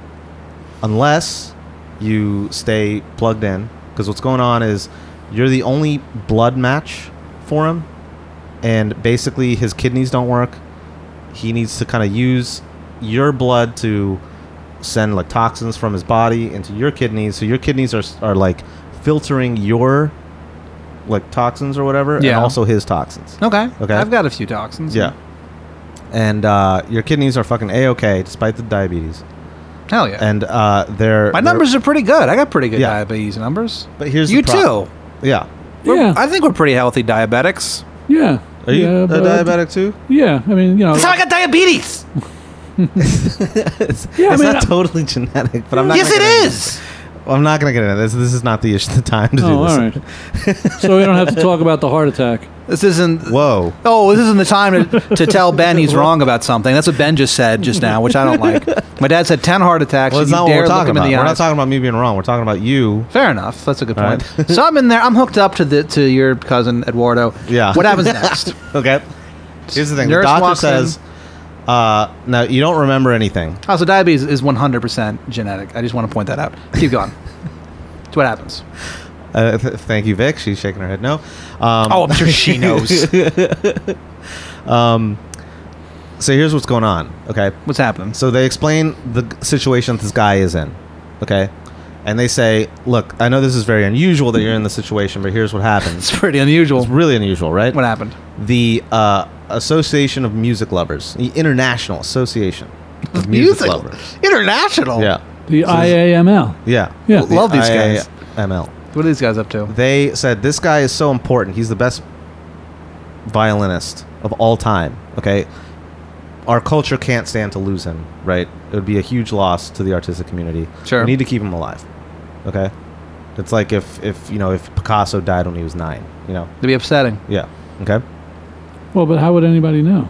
S2: unless you stay plugged in. Because what's going on is you're the only blood match for him. And basically, his kidneys don't work. He needs to kind of use your blood to send like toxins from his body into your kidneys. So your kidneys are, are like filtering your like toxins or whatever and
S3: Yeah.
S2: also his toxins.
S3: Okay.
S2: Okay.
S3: I've got a few toxins.
S2: Yeah. And uh, your kidneys are fucking a okay despite the diabetes.
S3: Hell yeah.
S2: And uh, they're
S3: My
S2: they're-
S3: numbers are pretty good. I got pretty good
S2: Yeah.
S3: diabetes numbers.
S2: But here's the
S3: you
S2: prob-
S3: too.
S2: Yeah.
S3: We're-
S4: Yeah.
S3: I think we're pretty healthy diabetics.
S4: yeah.
S2: Are you
S4: yeah,
S2: a
S4: but-
S2: diabetic too?
S4: Yeah. I mean, you know.
S3: That's how I got diabetes.
S2: it's
S4: Yeah, I
S2: it's
S4: mean,
S2: not
S4: I-
S2: totally genetic, but I'm not.
S3: yes,
S2: gonna
S3: it
S2: get into
S3: is.
S2: this. I'm not gonna get into this. This is not the issue, the time to
S4: Oh,
S2: do this.
S4: all right. so we don't have to talk about the heart attack.
S3: This isn't.
S2: Whoa.
S3: Oh, this isn't the time to, to tell Ben he's wrong about something. That's what Ben just said just now, which I don't like. My dad said ten heart attacks.
S2: Well,
S3: and
S2: it's
S3: you
S2: not what
S3: dare
S2: we're
S3: look
S2: talking
S3: him in
S2: about.
S3: the
S2: We're
S3: eyes.
S2: not talking about me being wrong. We're talking about you.
S3: Fair enough. That's a good
S2: All
S3: point. so I'm in there. I'm hooked up to the to your cousin Eduardo.
S2: Yeah.
S3: What happens next?
S2: Okay. Here's the thing.
S3: Nurse
S2: the doctor
S3: walks
S2: says, uh, "Now you don't remember anything."
S3: Also, diabetes is 100% genetic. I just want to point that out. Keep going. It's what happens.
S2: Uh, th- thank you, Vic. She's shaking her head no. Um,
S3: Oh, I'm sure she knows
S2: So here's what's going on. Okay.
S3: what's happening.
S2: So they explain the g- situation that this guy is in, okay? And they say, "Look, I know this is very unusual that you're in this situation, but here's what happened.
S3: It's pretty unusual.
S2: It's really unusual, right?
S3: What happened?
S2: The uh, Association of Music Lovers, the International Association of Music, Lovers.
S3: International.
S2: Yeah,
S4: The
S2: So this-
S4: IAML.
S2: yeah, E
S4: Yeah.
S3: Love these guys.
S2: ML.
S3: What are these guys up to?
S2: They said this guy is so important. He's the best violinist of all time. Okay, our culture can't stand to lose him. Right? It would be a huge loss to the artistic community.
S3: Sure.
S2: We need to keep him alive. Okay. It's like if if you know if Picasso died when he was nine. You know.
S3: They'd be upsetting.
S2: Yeah. Okay.
S4: Well, but how would anybody know?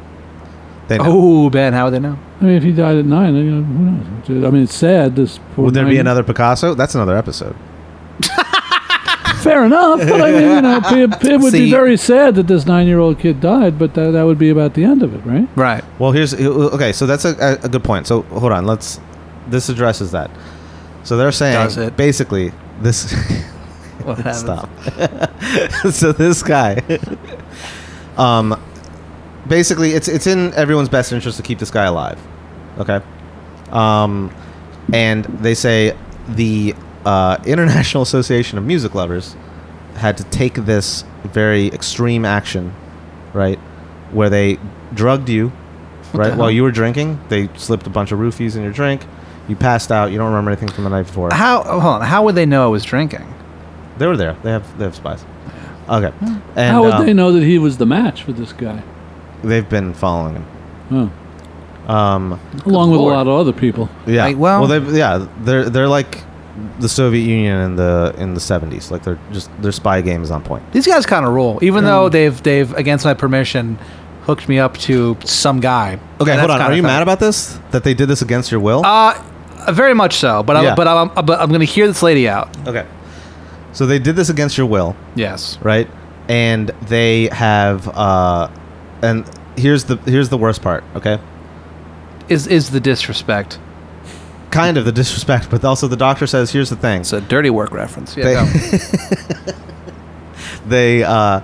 S2: They know.
S3: Oh, Ben, how would they know?
S4: I mean, if he died at nine, you know, who knows? I mean, it's sad. This
S3: Oh,
S4: poor
S2: Would there be
S4: nine-
S2: another Picasso? That's another episode.
S4: Fair enough, but I mean, you know, it, it would
S3: See-
S4: be very sad that this nine-year-old kid died, but that, that would be about the end of it, right?
S3: Right.
S2: Well, here's okay. So that's a, a good point. So hold on. Let's. This addresses that. So they're saying
S3: Does it?
S2: basically this.
S3: What happens?
S2: Stop. so this guy, um, basically, it's it's in everyone's best interest to keep this guy alive. Okay, um, and they say the uh, International Association of Music Lovers had to take this very extreme action, right, where they drugged you, right,
S3: the
S2: while
S3: hell?
S2: you were drinking. They slipped a bunch of roofies in your drink. You passed out. You don't remember anything from the night before.
S3: How? oh, Hold on. How would they know I was drinking?
S2: They were there. They have they have spies. Okay. And
S4: Hmm. how would
S2: um,
S4: they know that he was the match for this guy?
S2: They've been following him.
S4: Oh,
S2: Um,
S4: along with
S3: Lord.
S4: a lot of other people.
S2: yeah.
S3: Like, well-
S2: they've, yeah, they're they're like the Soviet Union in the in the seventies. Like they're just their spy game is on point.
S3: These guys kind of rule, even
S4: Yeah.
S3: though they've they've against my permission hooked me up to some guy.
S2: Okay,
S3: That's
S2: hold on.
S3: kinda
S2: Are you
S3: fun.
S2: mad about this? That they did this against your will?
S3: Uh, very much so. But I'm,
S2: Yeah.
S3: but I'm but I'm gonna hear this lady out.
S2: okay. So they did this against your will,
S3: Yes.
S2: right? And they have uh, and here's the here's the worst part. Okay.
S3: Is is the disrespect?
S2: Kind of the disrespect, but also the doctor says, "Here's the thing."
S3: It's a dirty work reference. Yeah.
S2: They-
S3: go.
S2: they uh,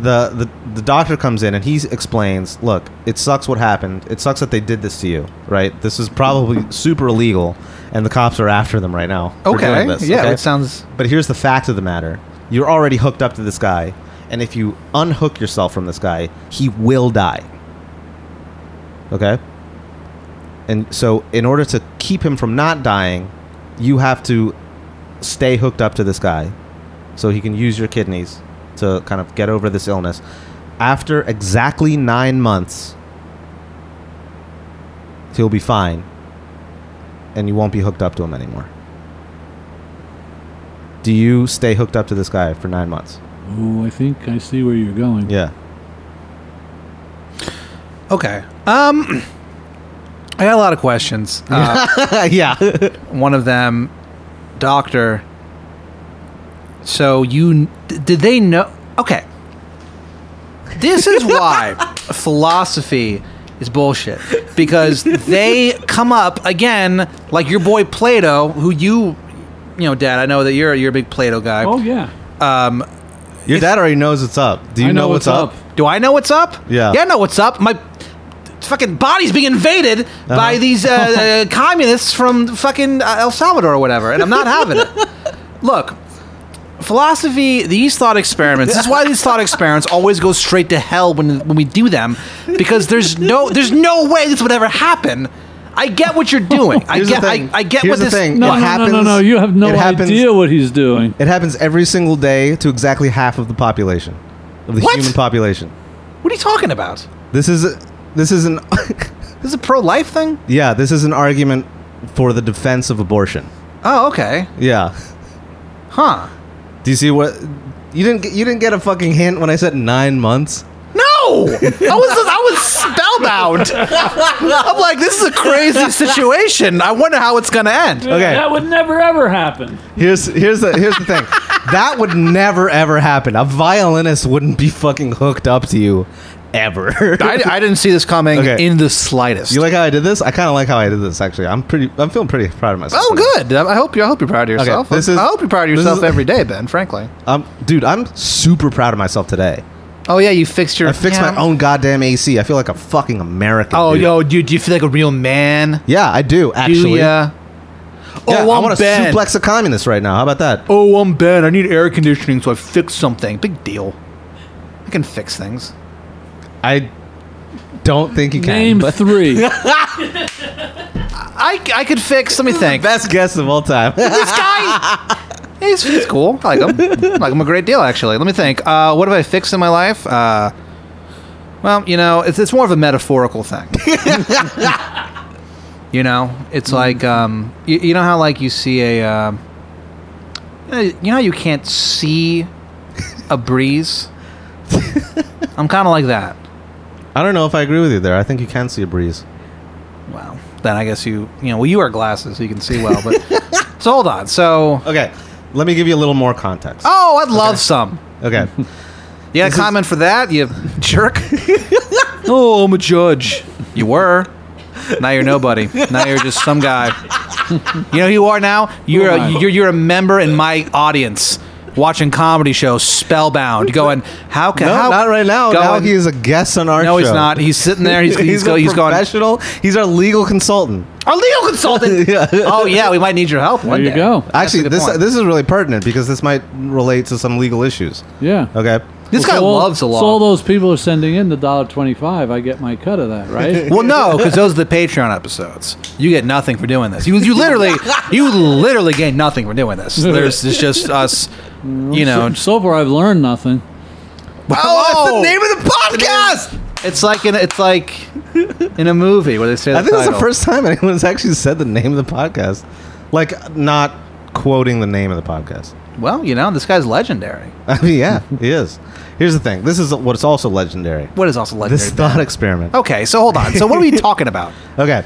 S2: the, the the doctor comes in and he explains, look, it sucks what happened. It sucks that they did this to you, right? This is probably super illegal, and the cops are after them right now. for
S3: Okay.
S2: doing this,
S3: yeah,
S2: okay?
S3: it sounds.
S2: But here's the fact of the matter: you're already hooked up to this guy, and if you unhook yourself from this guy, he will die. Okay. And so, in order to keep him from not dying, you have to stay hooked up to this guy, so he can use your kidneys to kind of get over this illness. After exactly nine months, he'll be fine, and you won't be hooked up to him anymore. Do you stay hooked up to this guy for nine months?
S4: Oh, I think I see where you're going.
S2: Yeah.
S3: Okay. Um, I got a lot of questions. Uh,
S2: yeah.
S3: one of them, doctor. So you d- did they know? Okay. This is why philosophy is bullshit because they come up again like your boy Plato, who you, you know, Dad. I know that you're you're a big Plato guy.
S4: Oh yeah.
S3: Um,
S2: Your dad already knows what's up. Do you
S4: I
S2: know, what's, up?
S3: Do I know what's up?
S2: Yeah.
S3: Yeah, I know what's up. My fucking body's being invaded
S2: Uh-huh.
S3: by these uh, uh, communists from fucking uh, El Salvador or whatever, and I'm not having it. Look, philosophy, these thought experiments. This is why these thought experiments always go straight to hell when when we do them, because there's no there's no way this would ever happen. I get what you're doing. I
S2: Here's the
S3: get I,
S2: thing.
S3: I get
S2: Here's
S3: what
S2: the
S3: this
S2: thing.
S4: No,
S2: What
S4: no, no, no,
S2: happens-
S4: no. You have no
S2: it happens-
S4: idea what he's doing.
S2: It happens every single day to exactly half of the population, of the
S3: What?
S2: human population.
S3: What are you talking about?
S2: This is this is an
S3: This is a pro life thing?
S2: yeah. This is an argument for the defense of abortion.
S3: Oh, okay.
S2: Yeah.
S3: Huh.
S2: Do you see what? You didn't get, you didn't get a fucking hint when I said nine months.
S3: No, I was I was spellbound. I'm like, this is a crazy situation. I wonder how it's gonna end.
S2: Okay.
S4: That would never ever happen.
S2: Here's here's the here's the thing. That would never ever happen. A violinist wouldn't be fucking hooked up to you, ever.
S3: I, I didn't see this coming
S2: Okay.
S3: in the slightest.
S2: You like how I did this? I kind of like how I did this. Actually, I'm pretty. I'm feeling pretty proud of myself.
S3: oh, good. I I hope you. I hope you're proud of
S2: Okay,
S3: yourself.
S2: this is-
S3: I hope you're proud of
S2: this
S3: yourself
S2: is-
S3: every day, Ben. Frankly.
S2: Um, dude, I'm super proud of myself today.
S3: Oh yeah, you fixed your.
S2: I fixed
S3: yeah.
S2: my own goddamn AC. I feel like a fucking American.
S3: Oh,
S2: dude.
S3: yo, dude, do you feel like a real man?
S2: Yeah, I do
S3: Do
S2: actually.
S3: ya?
S2: Yeah,
S3: oh,
S2: I
S3: I'm
S2: want to
S3: Ben.
S2: suplex a communist right now. How about that?
S3: Oh, I'm Ben. I need air conditioning, so I fixed something. Big deal. I can fix things.
S2: I don't think you can.
S4: Name
S2: but
S4: three.
S3: I, I could fix. Let me think.
S2: best guess of all time.
S3: this guy. Yeah, he's, he's cool. I like him. I like him a great deal, actually. Let me think. Uh, what have I fixed in my life? Uh, well, you know, it's, it's more of a metaphorical thing. you know, it's like um, you, you know how like you see a uh, you know- you know how you can't see a breeze. I'm kind of like that.
S2: I don't know if I agree with you there. I think you can see a breeze.
S3: Well, then I guess you you know well you wear glasses so you can see well, but so hold on. So
S2: Okay, let me give you a little more context.
S3: oh, I'd love some.
S2: Okay,
S3: You got a comment for that, you jerk? oh, I'm a judge. You were. Now you're nobody. Now you're just some guy. You know who you are now? You're
S4: am I?
S3: a, you're, you're a member in my audience watching comedy shows spellbound going how can
S2: no,
S3: how
S2: not right now. now
S3: going-
S2: he is a guest on our
S3: no
S2: show.
S3: he's not he's sitting there he's, he's,
S2: he's,
S3: go,
S2: a
S3: he's going
S2: professional. He's our legal consultant.
S3: our legal consultant
S2: Yeah.
S3: oh yeah we might need your help one
S4: There you
S3: day.
S4: go.
S3: That's a
S2: Actually,
S3: good
S2: this
S3: point.
S2: this is really pertinent because this might relate to some legal issues.
S4: Yeah.
S2: Okay.
S3: this guy
S4: So all-
S3: loves a law
S4: So all those people are sending in the dollar twenty-five. I get my cut of that, right?
S3: Well, no, because those are the Patreon episodes. You get nothing for doing this. You, you literally, you literally gain nothing for doing this. There's it's just us, you know.
S4: So, so far, I've learned nothing.
S3: Oh!
S2: of the podcast.
S3: It's like in it's like in a movie where they say. The
S2: I think that's the
S3: title.
S2: first time anyone's actually said the name of the podcast, like not quoting the name of the podcast.
S3: Well, you know, this guy's legendary.
S2: I mean, yeah, he is. Here's the thing. This is what's also legendary.
S3: What is also legendary? Oh.
S2: This thought experiment.
S3: okay, so hold on. So what are we talking about?
S2: Okay.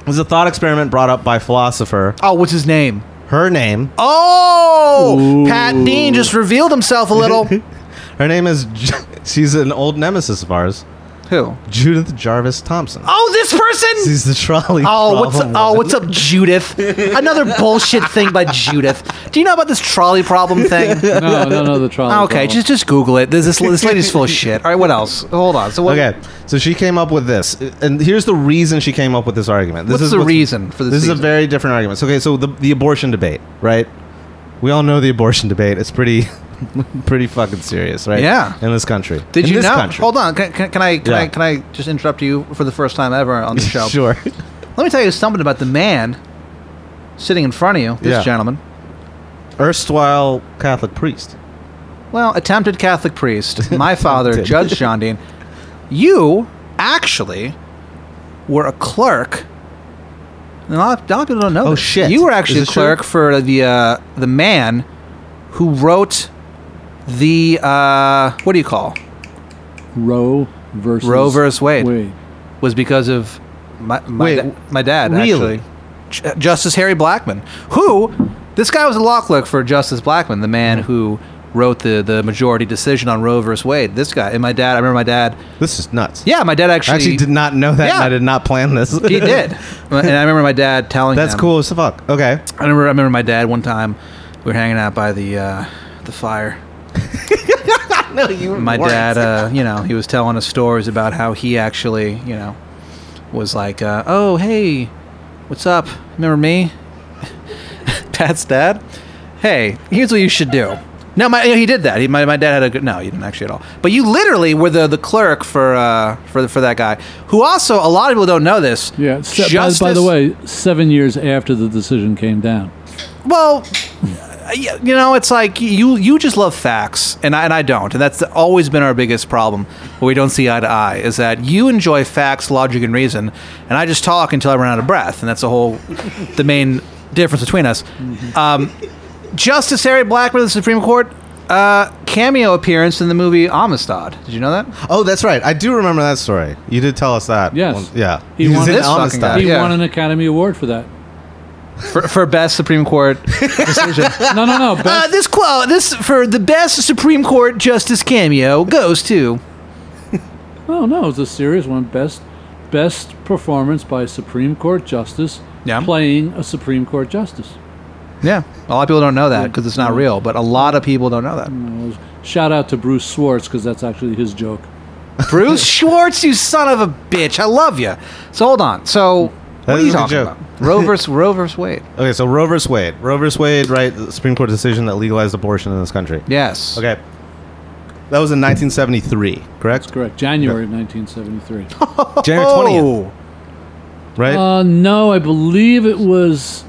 S2: This is a thought experiment brought up by philosopher.
S3: Oh, what's his name?
S2: Her name.
S3: Oh,
S4: Ooh.
S3: Pat Dean just revealed himself a little.
S2: Her name is. J- She's an old nemesis of ours.
S3: Who?
S2: Judith Jarvis Thompson.
S3: Oh, this person.
S2: She's the trolley.
S3: Oh, what's
S2: problem
S3: oh,
S2: woman.
S3: what's up, Judith? Another bullshit thing by Judith. Do you know about this trolley problem thing?
S4: No, no, no, the trolley.
S2: Oh,
S3: Okay,
S4: problem.
S3: just just Google it. This this, this lady's full of shit. All right, what else? Hold on. So what,
S2: Okay, so she came up with this, and here's the reason she came up with this argument. This
S3: What's
S2: is
S3: the reason for this
S2: This is a
S3: reason?
S2: very different argument. So, okay, so the, the abortion debate, right? We all know the abortion debate. It's pretty, pretty fucking serious, right?
S3: Yeah.
S2: In this country.
S3: Did
S2: In
S3: you
S2: this
S3: know?
S2: Country.
S3: Hold on. Can, can, can I can
S2: Yeah.
S3: I can I just interrupt you for the first time ever on the show?
S2: sure.
S3: Let me tell you something about the man sitting in front of you. This
S2: Yeah.
S3: gentleman,
S2: Erstwhile Catholic priest.
S3: well, attempted Catholic priest, my father,
S2: Attempted.
S3: Judge John Dean. You actually were a clerk. And A lot, a lot of people don't know.
S2: Oh,
S3: this.
S2: shit.
S3: You were
S2: Is
S3: actually a
S2: this true?
S3: clerk for the uh, the man who wrote the uh, what do you call?
S4: Roe versus
S3: Roe versus Wade.
S4: Wade.
S3: was because of my my,
S2: Wait,
S3: da- my dad
S2: really?
S3: actually. J- uh, Justice Harry Blackman, who this guy was a law clerk for Justice Blackman, the man who wrote the the majority decision on Roe versus Wade. This guy and my dad. I remember my dad.
S2: This is nuts.
S3: Yeah, my dad
S2: I
S3: actually,
S2: actually did not know that, and
S3: Yeah.
S2: I did not plan this.
S3: He did, and I remember my dad telling.
S2: That's
S3: him-
S2: cool as fuck. Okay.
S3: I remember. I remember my dad one time. We were hanging out by the uh, the fire.
S2: No, you.
S3: my dad, uh, you know, he was telling us stories about how he actually, you know, was like, uh, "Oh, hey, what's up? Remember me?" Pat's dad. Hey, here's what you should do. No, my he did that. He, my, my dad had a good. No, you didn't actually at all. But you literally were the, the clerk for uh, for for that guy, who also a lot of people don't know this.
S4: Yeah. se- by- by, the
S3: Justice-
S4: way, seven years after the decision came down.
S3: Well, y- you know, it's like you you just love facts, and I, and I don't, and that's always been our biggest problem where we don't see eye to eye is that you enjoy facts, logic, and reason, and I just talk until I run out of breath, and that's the whole the main difference between us. Um, Justice Harry Blackman of the Supreme Court. Uh, cameo appearance in the movie Amistad. Did you know that?
S2: Oh, that's right. I do remember that story. You did tell us that.
S4: Yes.
S2: once- Yeah.
S4: He
S2: was
S4: wanted
S2: in
S3: this fucking
S2: Amistad.
S3: guy.
S4: He
S3: Uh, Yeah.
S4: won an Academy Award for that.
S3: For, for best Supreme Court decision.
S4: No, no, no.
S3: Uh,
S4: Best,
S3: this quote, this for the best Supreme Court justice cameo goes to
S4: no, no. It was a serious one. Best, best performance by a Supreme Court justice
S3: Yeah.
S4: playing a Supreme Court justice.
S3: Yeah, a lot of people don't know that because it's
S2: Mm.
S3: not real, but a lot of people don't know that.
S4: Shout out to Bruce Swartz because that's actually his joke.
S3: Bruce Schwartz, you son of a bitch! I love you. So hold on. So
S2: That
S3: what are
S2: is a
S3: you
S2: good
S3: talking
S2: joke.
S3: about? Roe versus Roe versus Wade.
S2: Okay, so Roe versus Wade. Roe versus Wade, right? The Supreme Court decision that legalized abortion in this country.
S3: Yes.
S2: Okay. That was in 1973, correct?
S4: Correct. January of 1973.
S2: January 20th,
S3: Oh,
S2: right?
S4: Uh, no, I believe it was.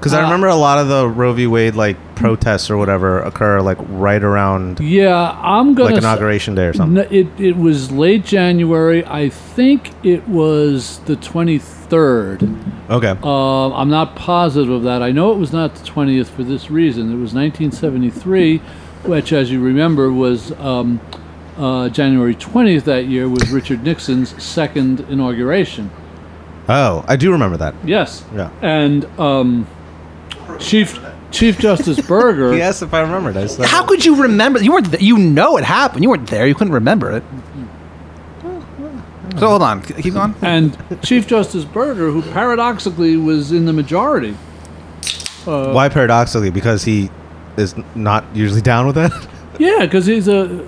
S2: Because
S4: uh.
S2: I remember a lot of the Roe v. Wade like protests or whatever occur like right around
S4: Yeah, I'm gonna.
S2: like
S4: s-
S2: inauguration day or something.
S4: No, it, it was late January. I think it was the 23rd.
S2: Okay.
S4: Uh, I'm not positive of that. I know it was not the 20th for this reason. It was 1973, which, as you remember, was um, uh, January 20th that year was Richard Nixon's second inauguration.
S2: Oh, I do remember that.
S4: Yes.
S2: Yeah.
S4: And um, Chief Chief Justice Berger.
S2: Yes, if I remembered. I said
S3: how could you remember? You weren't. Th- you know it happened. You weren't there. You couldn't remember it. So hold on. Keep going.
S4: and Chief Justice Berger, who paradoxically was in the majority.
S2: Why paradoxically? Because he is not usually down with that.
S4: Yeah, because he's a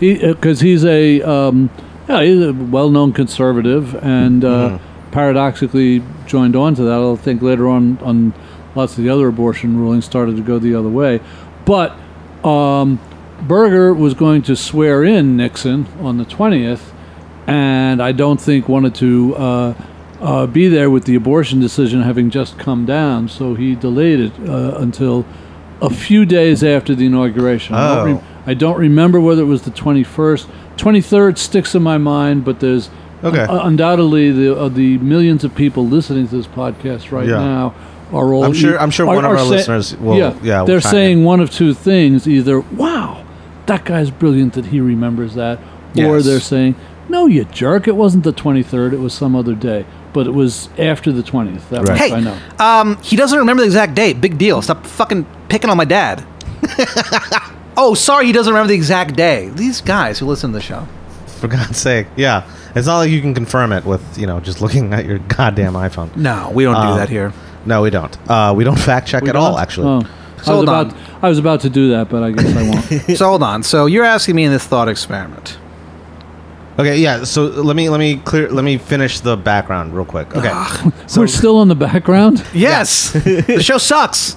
S4: he because he's a um, yeah he's a well-known conservative, and uh, paradoxically joined on to that. I think later on on lots of the other abortion rulings started to go the other way, but um, Berger was going to swear in Nixon on the twentieth, and I don't think wanted to. Uh, uh, be there with the abortion decision having just come down, so he delayed it uh, until a few days after the inauguration. I don't
S2: Oh.
S4: rem- I don't remember whether it was the 21st, 23rd sticks in my mind, but there's
S2: Okay.
S4: un- undoubtedly the uh, the millions of people listening to this podcast right
S2: Yeah.
S4: now are all. e-,
S2: I'm sure- I'm sure
S4: are-
S2: one of
S4: are
S2: our listeners will-
S4: Yeah,
S2: yeah, will
S4: they're
S2: chime
S4: saying
S2: in.
S4: one of two things: either wow, that guy's brilliant that he remembers that, or
S3: Yes.
S4: they're saying, no, you jerk, it wasn't the 23rd, it was some other day, but it was after the 20th. That
S2: Right.
S4: much
S3: Hey,
S4: I know.
S3: um, he doesn't remember the exact date. Big deal. Stop fucking picking on my dad. oh, sorry, he doesn't remember the exact day. These guys who listen to the show.
S2: for God's sake. Yeah, it's not like you can confirm it with you know just looking at your goddamn iPhone.
S3: No, we don't
S2: Uh,
S3: do that here.
S2: No, we don't. Uh, we don't fact check
S3: We
S2: at all.
S3: don't?
S2: Actually,
S4: Oh.
S3: So
S4: I was
S3: hold on.
S4: about I was about to do that, but I guess I won't.
S3: so hold on. So you're asking me in this thought experiment.
S2: okay, yeah. So let me let me clear let me finish the background real quick. Okay, so
S4: We're still on the background.
S3: Yes, the show sucks.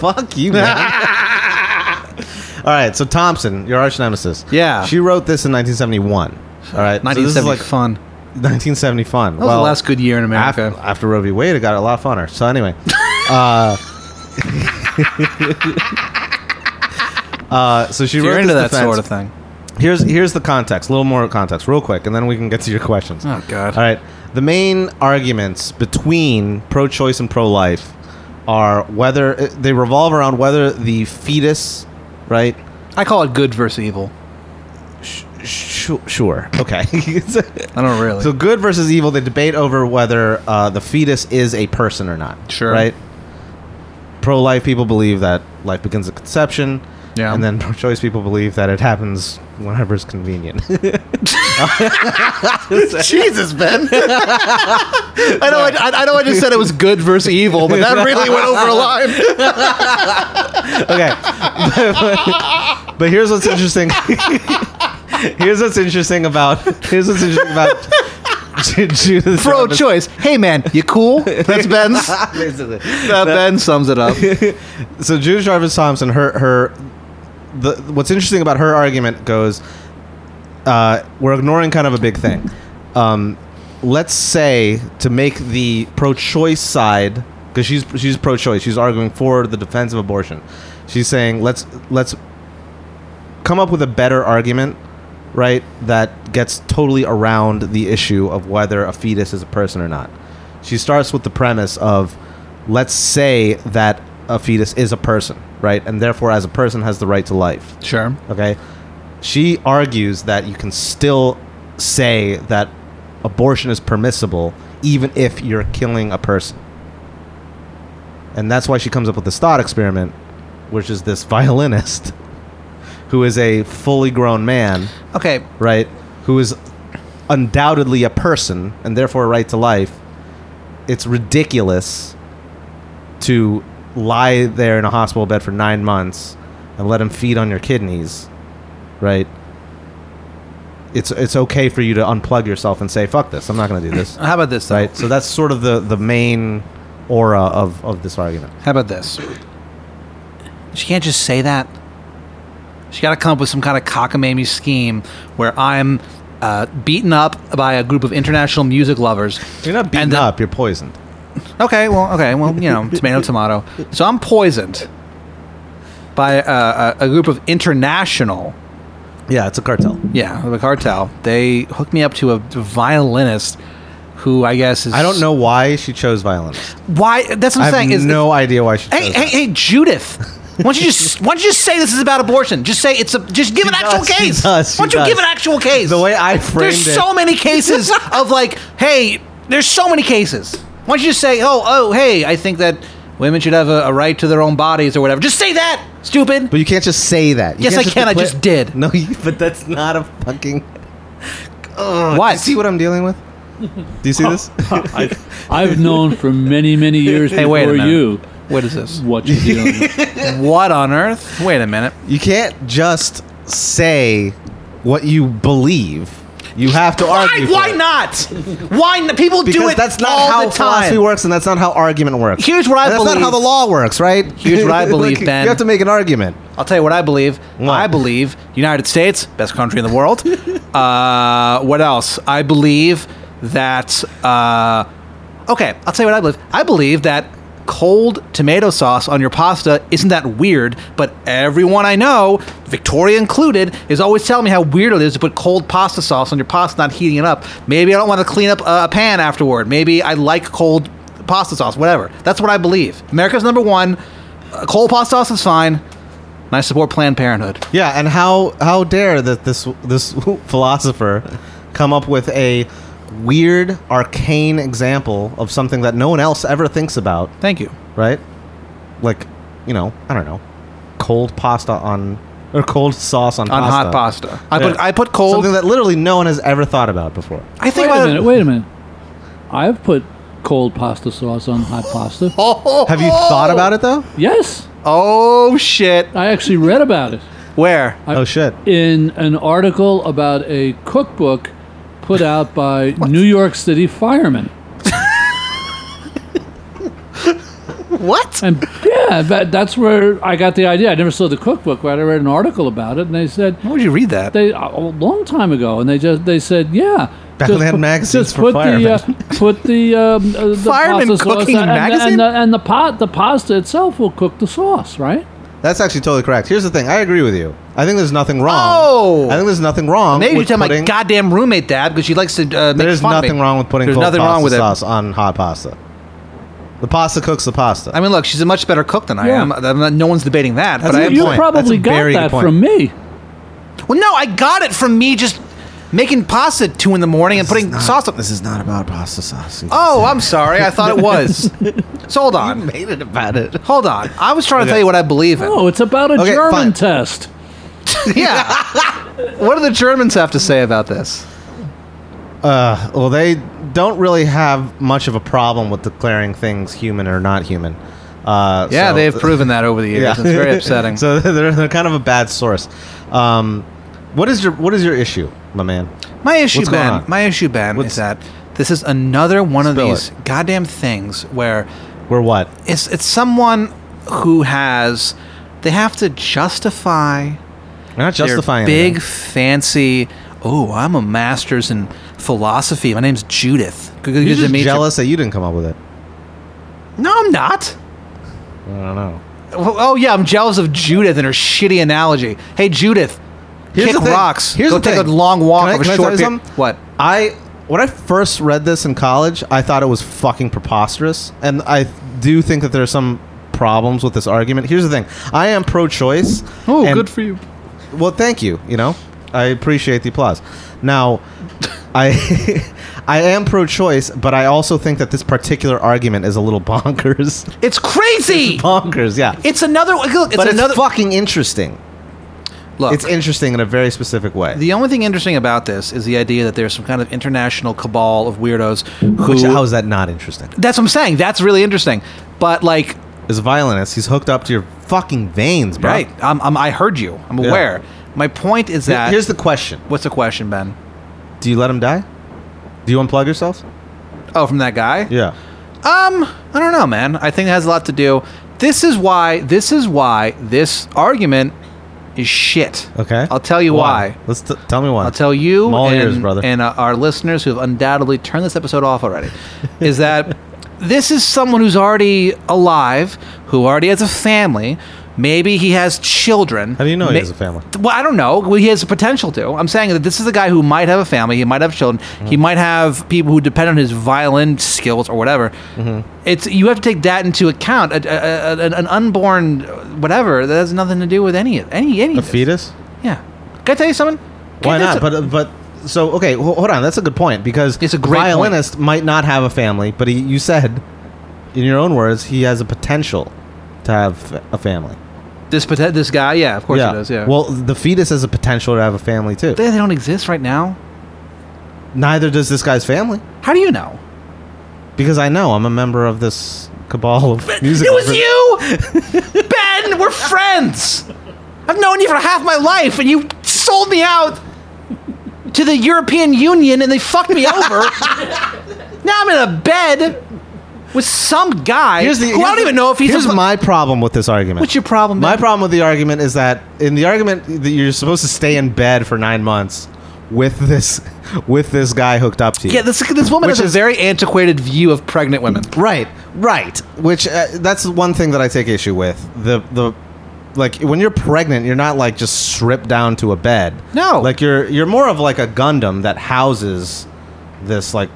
S2: fuck you. Man. all right, so Thompson, your arch nemesis.
S3: Yeah.
S2: she wrote this in 1971. All right, so this
S3: 1970
S2: is like
S3: fun.
S2: 1970 fun.
S3: That was the last good year in
S2: after,
S3: America.
S2: after Roe v. Wade, it got a lot funner. So anyway, uh, uh, so she
S3: If
S2: wrote
S3: you're into
S2: this
S3: that
S2: defense.
S3: sort of thing.
S2: Here's here's the context. A little more context, real quick, and then we can get to your questions.
S3: Oh God.
S2: All right. The main arguments between pro-choice and pro-life are whether eh, they revolve around whether the fetus, right?
S3: I call it good versus evil.
S2: Sh- sure. Okay.
S3: I don't really.
S2: So good versus evil, they debate over whether uh, the fetus is a person or not.
S3: Sure.
S2: Right? Pro life people believe that life begins at conception.
S3: Yeah.
S2: And then pro choice people believe that it happens whenever it's convenient.
S3: Jesus, Ben. I know I, I- I know I just said it was good versus evil, but that really went over a line.
S2: okay. but here's what's interesting. here's what's interesting about here's what's interesting about Ju- Judith
S3: Pro
S2: Roberts-
S3: choice. Hey, man, you cool? That's Ben's. That
S2: Basically.
S3: Ben sums it up.
S2: so Judith Jarvis Thompson, her her, the what's interesting about her argument goes, uh, we're ignoring kind of a big thing. Um, let's say to make the pro-choice side, because she's she's pro-choice, she's arguing for the defense of abortion. She's saying let's let's come up with a better argument, right? That gets totally around the issue of whether a fetus is a person or not. She starts with the premise of let's say that a fetus is a person, right? And therefore, as a person, has the right to life.
S3: Sure.
S2: Okay. She argues that you can still say that abortion is permissible even if you're killing a person. And that's why she comes up with this thought experiment, which is this violinist who is a fully grown man,
S3: Okay.
S2: right? Who is undoubtedly a person and therefore a right to life. It's ridiculous to lie there in a hospital bed for nine months and let him feed on your kidneys, right? It's it's okay for you to unplug yourself and say fuck this. I'm not going to do this,
S3: How about this, though?
S2: right? So that's sort of the the main aura of of this argument.
S3: How about this? She can't just say that. She got to come up with some kind of cockamamie scheme where I'm uh, beaten up by a group of international music lovers.
S2: You're not beaten
S3: And the-
S2: up. You're poisoned.
S3: Okay, well, okay, well, you know, tomato, tomato. So I'm poisoned by uh, a, a group of international,
S2: Yeah, it's a cartel.
S3: yeah, the cartel. They hooked me up to a violinist who I guess is
S2: I don't know why she chose violence.
S3: why. That's what
S2: I
S3: I'm
S2: have
S3: saying. Is
S2: no idea why she chose.
S3: hey,
S2: that.
S3: hey, hey, Judith. Why don't you just why don't you just say this is about abortion? Just say it's a just give an
S2: She
S3: actual
S2: does, she
S3: case.
S2: does, she
S3: why don't you
S2: does.
S3: give an actual case?
S2: The way I framed
S3: there's
S2: it.
S3: so many cases of like, hey, there's so many cases. Why don't you just say, oh, oh, hey, I think that women should have a, a right to their own bodies or whatever. Just say that, stupid.
S2: But you can't just say that. You
S3: Yes,
S2: can't
S3: I can. I
S2: declare-
S3: just did.
S2: No, you, but that's not a fucking. Ugh,
S3: What?
S2: Do you see what I'm dealing with? Do you see this?
S4: I've known for many many years
S3: Hey,
S4: before
S3: wait a minute.
S4: you
S3: What is this?
S4: what you're dealing with.
S3: what on earth? Wait a minute.
S2: you can't just say what you believe. You have to
S3: Why?
S2: argue. for
S3: Why
S2: it.
S3: not? Why not? People
S2: Because
S3: do it.
S2: that's not
S3: all
S2: how
S3: the
S2: philosophy
S3: time.
S2: works, and that's not how argument works.
S3: Here's what I
S2: And that's not how
S3: believe.
S2: the law works, right?
S3: Here's what I believe,
S2: you-
S3: Ben.
S2: You have to make an argument.
S3: I'll tell you what I believe.
S2: What?
S3: I believe United States, best country in the world. uh, what else? I believe that. Uh, okay, I'll tell you what I believe. I believe that cold tomato sauce on your pasta isn't that weird, but everyone I know, Victoria included, is always telling me how weird it is to put cold pasta sauce on your pasta, not heating it up. Maybe I don't want to clean up a pan afterward. Maybe I like cold pasta sauce, whatever. That's what I believe. America's number one. Uh, cold pasta sauce is fine. And I support Planned Parenthood.
S2: Yeah, and how how dare that this this philosopher come up with a weird, arcane example of something that no one else ever thinks about,
S3: Thank you.
S2: right? Like, you know, I don't know, cold pasta on or cold sauce on
S3: on
S2: pasta.
S3: hot pasta. I put
S2: Yeah.
S3: I put cold.
S2: Something that literally no one has ever thought about before.
S3: I
S4: Wait
S3: think
S4: a
S3: about
S4: minute. Wait a minute. I've put cold pasta sauce on hot pasta.
S3: Oh,
S2: Have you thought about it though?
S4: Yes,
S3: Oh shit!
S4: I actually read about it
S3: Where?
S2: oh shit!
S4: in an article about a cookbook put out by New York City firemen.
S3: What?
S4: And yeah, that, that's where I got the idea. I never saw the cookbook, but I read an article about it, and they said
S3: Why would you read that?
S4: they a long time ago, and they just they said yeah.
S2: Back
S4: just
S2: when they had
S4: put-
S2: magazines
S4: just
S2: for
S4: put
S2: firemen.
S4: the uh, put the um, uh, the
S3: Firemen
S4: pasta sauce
S3: cooking
S4: and,
S3: magazine?
S4: and, the, and, the, and the pot the pasta itself will cook the sauce, right?
S2: That's actually totally correct. Here's the thing. I agree with you. I think there's nothing wrong.
S3: Oh!
S2: I think there's nothing wrong.
S3: Maybe you
S2: with
S3: tell my
S2: putting-
S3: goddamn roommate dad because she likes to uh, make
S2: There's
S3: fun of me.
S2: nothing wrong with putting
S3: There's
S2: cold
S3: nothing
S2: pasta
S3: wrong with it.
S2: sauce on hot pasta. The pasta cooks the pasta.
S3: I mean, look, she's a much better cook than I
S4: Yeah.
S3: am. I'm not- no one's debating that.
S2: That's
S3: but I
S2: a
S3: am
S2: good
S4: you
S3: point.
S4: probably
S2: That's a
S4: got
S2: very good
S4: that
S2: point.
S4: from me.
S3: Well, no, I got it from me just making pasta at two in the morning and putting sauce on.
S2: This is not about pasta sauce.
S3: Oh, I'm sorry. I thought it was. so hold on.
S2: made it about it.
S3: Hold on. I was trying to
S2: Okay.
S3: tell you what I believe in.
S4: Oh, it's about a
S2: Okay,
S4: German
S2: fine.
S4: test.
S3: Yeah. what do the Germans have to say about this?
S2: Uh, well, they don't really have much of a problem with declaring things human or not human. Uh,
S3: Yeah,
S2: so-
S3: they've proven that over the years. It's very upsetting.
S2: so they're, they're kind of a bad source. Um, what is your what is your issue, my man?
S3: my issue,
S2: What's going
S3: Ben.
S2: on?
S3: My issue, Ben,
S2: What's-
S3: is that this is another one of
S2: Spill
S3: these goddamn things where
S2: We're what?
S3: it's it's someone who has they have to justify
S2: We're not
S3: their
S2: justifying
S3: big
S2: anything.
S3: fancy. Oh, I'm a master's in philosophy. My name's Judith. Good, good
S2: You're
S3: to
S2: just
S3: meet you."
S2: jealous that you didn't come up with it.
S3: No, I'm not.
S2: I don't know.
S3: Well, Oh yeah, I'm jealous of Judith and her shitty analogy. Hey Judith,
S2: Here's
S3: kick
S2: the thing.
S3: rocks.
S2: Here's
S3: Go
S2: the
S3: take
S2: thing.
S3: a long walk
S2: Can I-
S3: of a
S2: can I
S3: short
S2: tell you
S3: pe-
S2: something?
S3: What?
S2: I when I first read this in college, I thought it was fucking preposterous, and I do think that there are some problems with this argument. Here's the thing: I am pro-choice.
S3: Oh,
S2: and-
S4: you.
S2: Well, thank you. You know, I appreciate the applause. Now, I I am pro-choice, but I also think that this particular argument is a little bonkers.
S3: It's crazy. It's,
S2: bonkers, yeah.
S3: another. Look, it's
S2: but
S3: another.
S2: it's fucking interesting.
S3: look,
S2: It's interesting in a very specific way.
S3: the only thing interesting about this is the idea that there's some kind of international cabal of weirdos who.
S2: Which, how is that not interesting?
S3: that's what I'm saying. That's really interesting. But like,
S2: As a violinist, he's hooked up to your fucking veins, bro.
S3: right? I'm, I'm, I heard you. I'm
S2: Yeah.
S3: aware. My point is
S2: Th-
S3: that.
S2: Here's the question:
S3: what's the question, Ben?
S2: Do you let him die? Do you unplug yourself?
S3: Oh, from that guy.
S2: Yeah.
S3: Um, I don't know, man. I think it has a lot to do. This is why. This is why this argument is shit.
S2: Okay.
S3: I'll tell you why.
S2: Let's t- tell me why.
S3: I'll tell you
S2: I'm all
S3: and,
S2: ears, brother.
S3: and uh, our listeners who have undoubtedly turned this episode off already is that this is someone who's already alive, who already has a family. Maybe he has children.
S2: How do you know he has a family?
S3: Well, I don't know. Well, he has the potential to. I'm saying that this is a guy who might have a family. He might have children. He
S2: Mm-hmm.
S3: might have people who depend on his violin skills or whatever.
S2: Mm-hmm.
S3: It's you have to take that into account. A, a, a, an- an unborn whatever that has nothing to do with any of any any.
S2: a
S3: of this.
S2: fetus?
S3: Yeah. Can I tell you something?
S2: Why
S3: Can I
S2: not?
S3: tell you
S2: but uh, but so okay, ho- hold on. That's a good point because
S3: It's a great point.
S2: violinist might not have a family, but he, you said, in your own words, he has a potential to have f- a family.
S3: so- this pote- this guy? Yeah, of course
S2: yeah.
S3: he does. Yeah.
S2: Well, the fetus has a potential to have a family too.
S3: they, they don't exist right now.
S2: Neither does this guy's family
S3: How do you know?
S2: because I know I'm a member of this cabal of music.
S3: It was you, Ben. We're friends. I've known you for half my life, and you sold me out to the European Union, and they fucked me over. now I'm in a bed with some guy
S2: Here's the,
S3: who I
S2: here's
S3: don't
S2: the-
S3: even know if he's.
S2: Here's
S3: a, fu-
S2: my problem with this argument.
S3: What's your problem?
S2: My
S3: Ben?
S2: problem with the argument is that in the argument that you're supposed to stay in bed for nine months with this with this guy hooked up to you.
S3: Yeah, this this woman
S2: Which
S3: has
S2: is-
S3: a very antiquated view of pregnant women.
S2: right, right. Which uh, that's one thing that I take issue with. The the like when you're pregnant, you're not like just stripped down to a bed.
S3: No.
S2: like you're you're more of like a Gundam that houses this like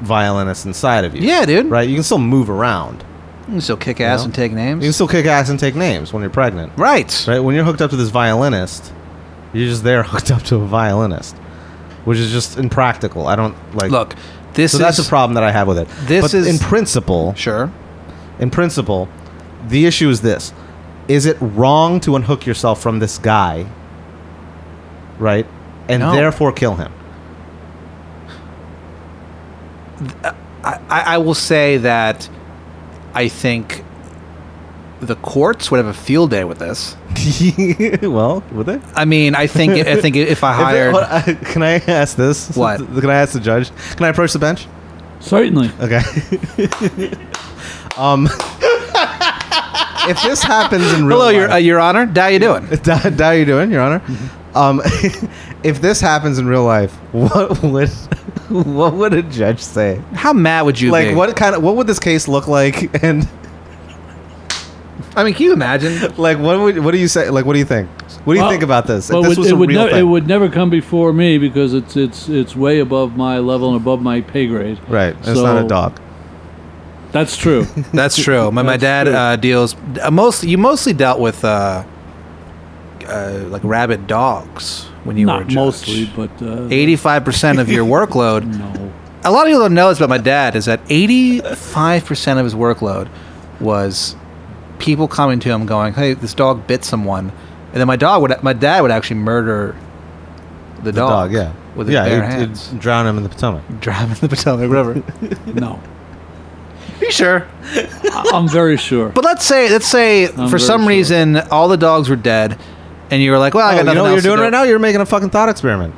S2: violinist inside of you.
S3: Yeah, dude.
S2: Right, you can still move around.
S3: So kick ass
S2: No.
S3: and take
S2: You can
S3: names.
S2: still kick ass and take names when you're pregnant.
S3: Right.
S2: right? When you're hooked up to this violinist, you're just there hooked up to a violinist, which is just impractical. I don't like.
S3: Look, this
S2: so
S3: is
S2: that's a problem that I have with it.
S3: This
S2: but
S3: is-
S2: in principle.
S3: Sure.
S2: In principle, the issue is this: is it wrong to unhook yourself from this guy, right? And
S3: No.
S2: therefore kill him?
S3: I, I will say that I think the courts would have a field day with this.
S2: well, would they?
S3: I mean, I think I think if I
S2: If they-
S3: hired,
S2: what- I- can I ask this?
S3: What?
S2: Can I ask the judge? Can I approach the bench?
S4: Certainly.
S2: Okay. um, if this happens in real
S3: hello,
S2: life,
S3: your uh, your honor, how you doing?
S2: How how you doing, Your Honor? Um, if this happens in real life, what would what would a judge say?
S3: How mad would you
S2: like,
S3: be?
S2: what kind of what would this case look like? And
S3: I mean, can you imagine?
S2: like, what would what do you say? Like, what do you think? What do you
S4: Well,
S2: think about this? If
S4: Well,
S2: this
S4: it,
S2: was
S4: it
S2: a
S4: would
S2: real
S4: nev-
S2: thing,
S4: it would never come before me because it's it's it's way above my level and above my pay grade.
S2: right? It's not a
S4: So-
S2: dog.
S4: That's true.
S3: That's true. My my
S4: That's
S3: dad
S4: true.
S3: uh, deals uh, mostly. You mostly dealt with uh, uh, like rabid dogs when you were a
S4: not
S3: judge.
S4: mostly, but uh,
S3: Eighty-five percent of your workload
S4: no.
S3: a lot of people don't know this about my dad is that 85% of his workload was people coming to him going, "Hey, this dog bit someone," and then my dog would, my dad would actually murder the,
S2: The dog,
S3: dog,
S2: yeah,
S3: with his
S2: yeah,
S3: bare
S2: it'd- it'd
S3: hands,
S2: drown him in the Potomac.
S3: drive him in the Potomac River.
S4: No,
S3: Are you sure?
S4: I- I'm very sure.
S3: But let's say, let's say for
S4: very
S3: some
S4: sure.
S3: reason all the dogs were dead, and you were like, "Well, I
S2: Oh,
S3: got
S2: you
S3: nothing
S2: know what you're
S3: else to
S2: doing
S3: do."
S2: right now? You're making a fucking thought experiment.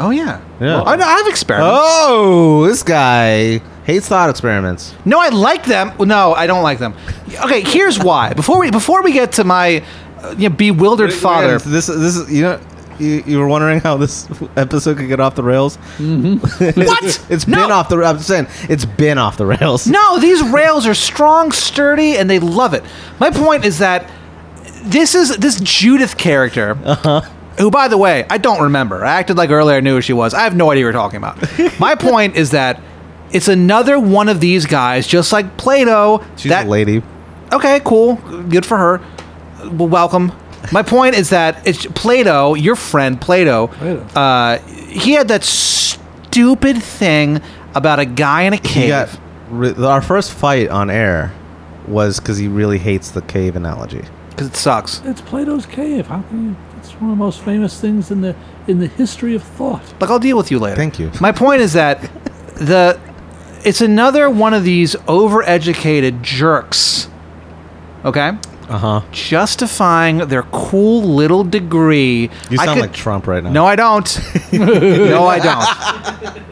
S3: Oh yeah,
S2: Yeah.
S3: Well, I, know, I have experiments.
S2: Oh, this guy hates thought experiments.
S3: No, I like them. Well, No, I don't like them. Okay, here's why. Before we before we get to my uh, you know, bewildered father,
S2: This this is you know you, you were wondering how this episode could get off the rails.
S3: What?
S2: It's
S3: No.
S2: been off the. I'm saying it's been off the rails.
S3: No, these rails are strong, sturdy, and they love it. My point is that this is this Judith character.
S2: Uh-huh.
S3: Who, by the way, I don't remember. I acted like earlier I knew who she was. I have no idea what you're talking about. My point is that it's another one of these guys, just like Plato.
S2: she's
S3: that,
S2: a lady.
S3: Okay, cool. Good for her. Well, welcome. My point is that it's Plato, your friend Plato.
S4: Plato.
S3: Uh, he had that stupid thing about a guy in a cave.
S2: He got ri- our first fight on air was because he really hates the cave analogy.
S3: because it sucks.
S4: It's Plato's cave. How can you? It's one of the most famous things in the in the history of thought.
S3: Like I'll deal with you later.
S2: Thank you.
S3: My point is that the it's another one of these overeducated jerks. Okay?
S2: Uh
S3: Uh-huh.
S2: huh.
S3: Justifying their cool little degree.
S2: You
S3: I
S2: sound
S3: could-
S2: like Trump right now.
S3: No, I don't. no, I don't.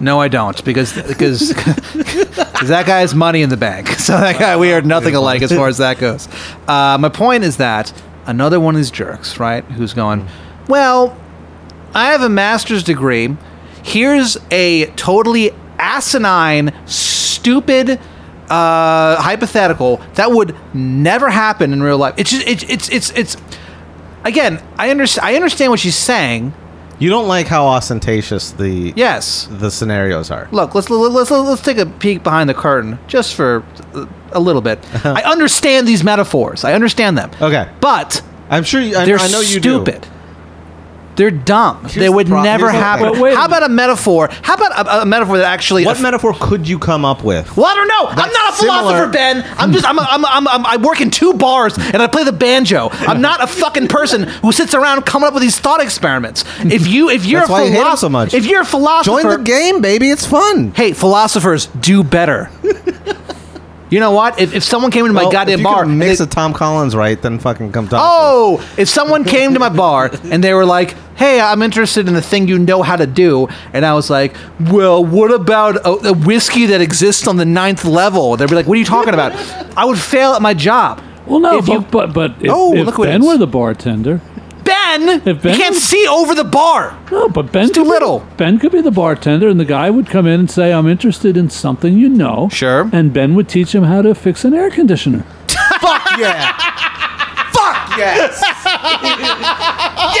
S3: No, I don't, because because 'cause that guy has money in the bank. So that guy, we are nothing alike as far as that goes. Uh, my point is that another one of these jerks, right? Who's going? Well, I have a master's degree. Here's a totally asinine, stupid uh, hypothetical that would never happen in real life. It's just, it's it's it's it's again. I understand. I understand what she's saying.
S2: you don't like how ostentatious the
S3: Yes.
S2: the scenarios are.
S3: Look, let's let's let's, let's take a peek behind the curtain just for uh, a little bit. I understand these metaphors. I understand them.
S2: Uh-huh. Okay.
S3: But
S2: I'm sure. You, I,
S3: they're
S2: I know you do.
S3: stupid. They're dumb. they
S2: the
S3: would
S2: pro-
S3: never
S2: here's the
S3: happen.
S4: thing. But wait a
S3: How about a metaphor? How about a, a metaphor that actually
S2: What metaphor could you come up with?
S3: Well, I don't know. I'm
S2: That's
S3: not a philosopher,
S2: similar-
S3: Ben. I'm just I'm, a, I'm, a, I'm, a, I'm I work in two bars and I play the banjo. I'm not a fucking person who sits around coming up with these thought experiments. If you if you're
S2: That's
S3: a
S2: why you hate him
S3: philosopher,
S2: so much.
S3: if you're a philosopher,
S2: Join the game, baby. It's fun.
S3: hey, philosophers do better. you know what? If, if someone came into my
S2: Well,
S3: goddamn
S2: if you
S3: bar,
S2: could
S3: and
S2: mix
S3: they-
S2: a Tom Collins right, then fucking come talk. to us.
S3: oh, if someone came to my bar and they were like, "Hey, I'm interested in the thing you know how to do," and I was like, "Well, what about a, a whiskey that exists on the ninth level?" They'd be like, "What are you talking about?" I would fail at my job.
S4: Well, no,
S3: If
S4: but,
S3: you-
S4: but but if,
S3: Oh,
S4: if
S3: look what it
S4: Ben
S3: is.
S4: were the bartender,
S3: Ben,
S4: If Ben
S3: you can't
S4: was-
S3: see over the bar.
S4: no, but Ben
S3: too
S4: could be-
S3: little.
S4: ben could be the bartender, and the guy would come in and say, "I'm interested in something you know."
S3: Sure.
S4: And Ben would teach him how to fix an air conditioner.
S2: Fuck yeah. Fuck yes.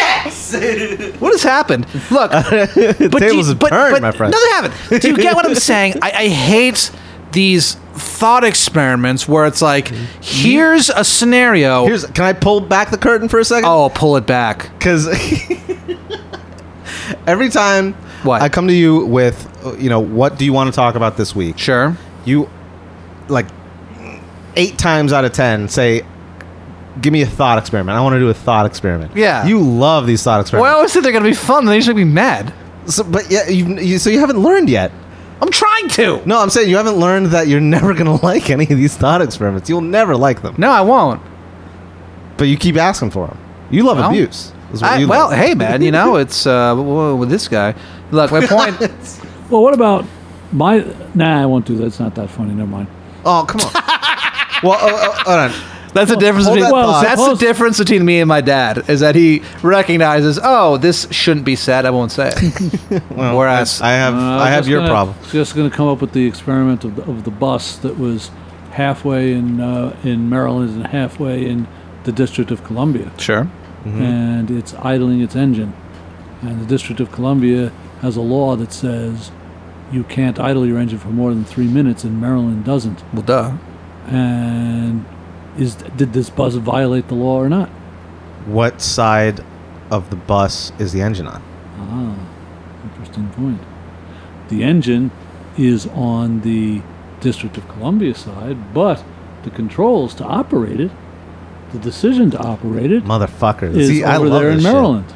S3: What has happened? Look, but do
S2: tables have turned, my friend.
S3: No, they haven't. Do you get what I'm saying? I, I hate these thought experiments where it's like, here's a scenario.
S2: Mm-hmm. Here's can I pull back the curtain for a second?
S3: oh, pull it back.
S2: because every time
S3: What?
S2: I come to you with, uh, you know, what do you want to talk about this week?
S3: Sure.
S2: You, like, eight times out of ten say, give me a thought experiment. I want to do a thought experiment.
S3: Yeah.
S2: You love these thought
S3: Well, I
S2: experiments.
S3: always said they're gonna be fun. They just make me mad.
S2: so, but yeah, you, you, so you haven't learned yet.
S3: I'm trying to.
S2: No, I'm saying you haven't learned that you're never going to like any of these thought experiments. You'll never like them.
S3: No, I won't.
S2: But you keep asking for them. You love
S3: Well,
S2: abuse. is what
S3: I,
S2: you
S3: well,
S2: love.
S3: hey man, you know it's uh, whoa, with this guy. Look, my point.
S4: Well, what about my? Nah, I won't do that. It's not that funny. Never mind.
S2: Oh, come on. well, oh, oh, hold on.
S3: That's the difference
S2: hold
S3: between
S2: that Well, thought.
S3: that's the
S4: suppose-
S3: difference between me and my dad is that he recognizes, oh, this shouldn't be said. I won't say it. Whereas,
S2: I have
S4: Uh,
S2: I
S4: was
S2: have
S4: just
S2: your
S4: gonna-
S2: problem.
S4: Just going to come up with the experiment of the, of the bus that was halfway in uh, in Maryland and halfway in the District of Columbia,
S3: sure,
S2: Mm-hmm.
S4: and it's idling its engine. And the District of Columbia has a law that says you can't idle your engine for more than three minutes, and Maryland doesn't.
S3: well, duh.
S4: And is did this bus violate the law or not?
S2: What side of the bus is the engine on?
S4: Ah, interesting point. The engine is on the District of Columbia side, but the controls to operate it, the decision to operate it,
S2: Motherfucker.
S4: is
S2: See, I
S4: over
S2: love
S4: there in
S2: this shit.
S4: Maryland.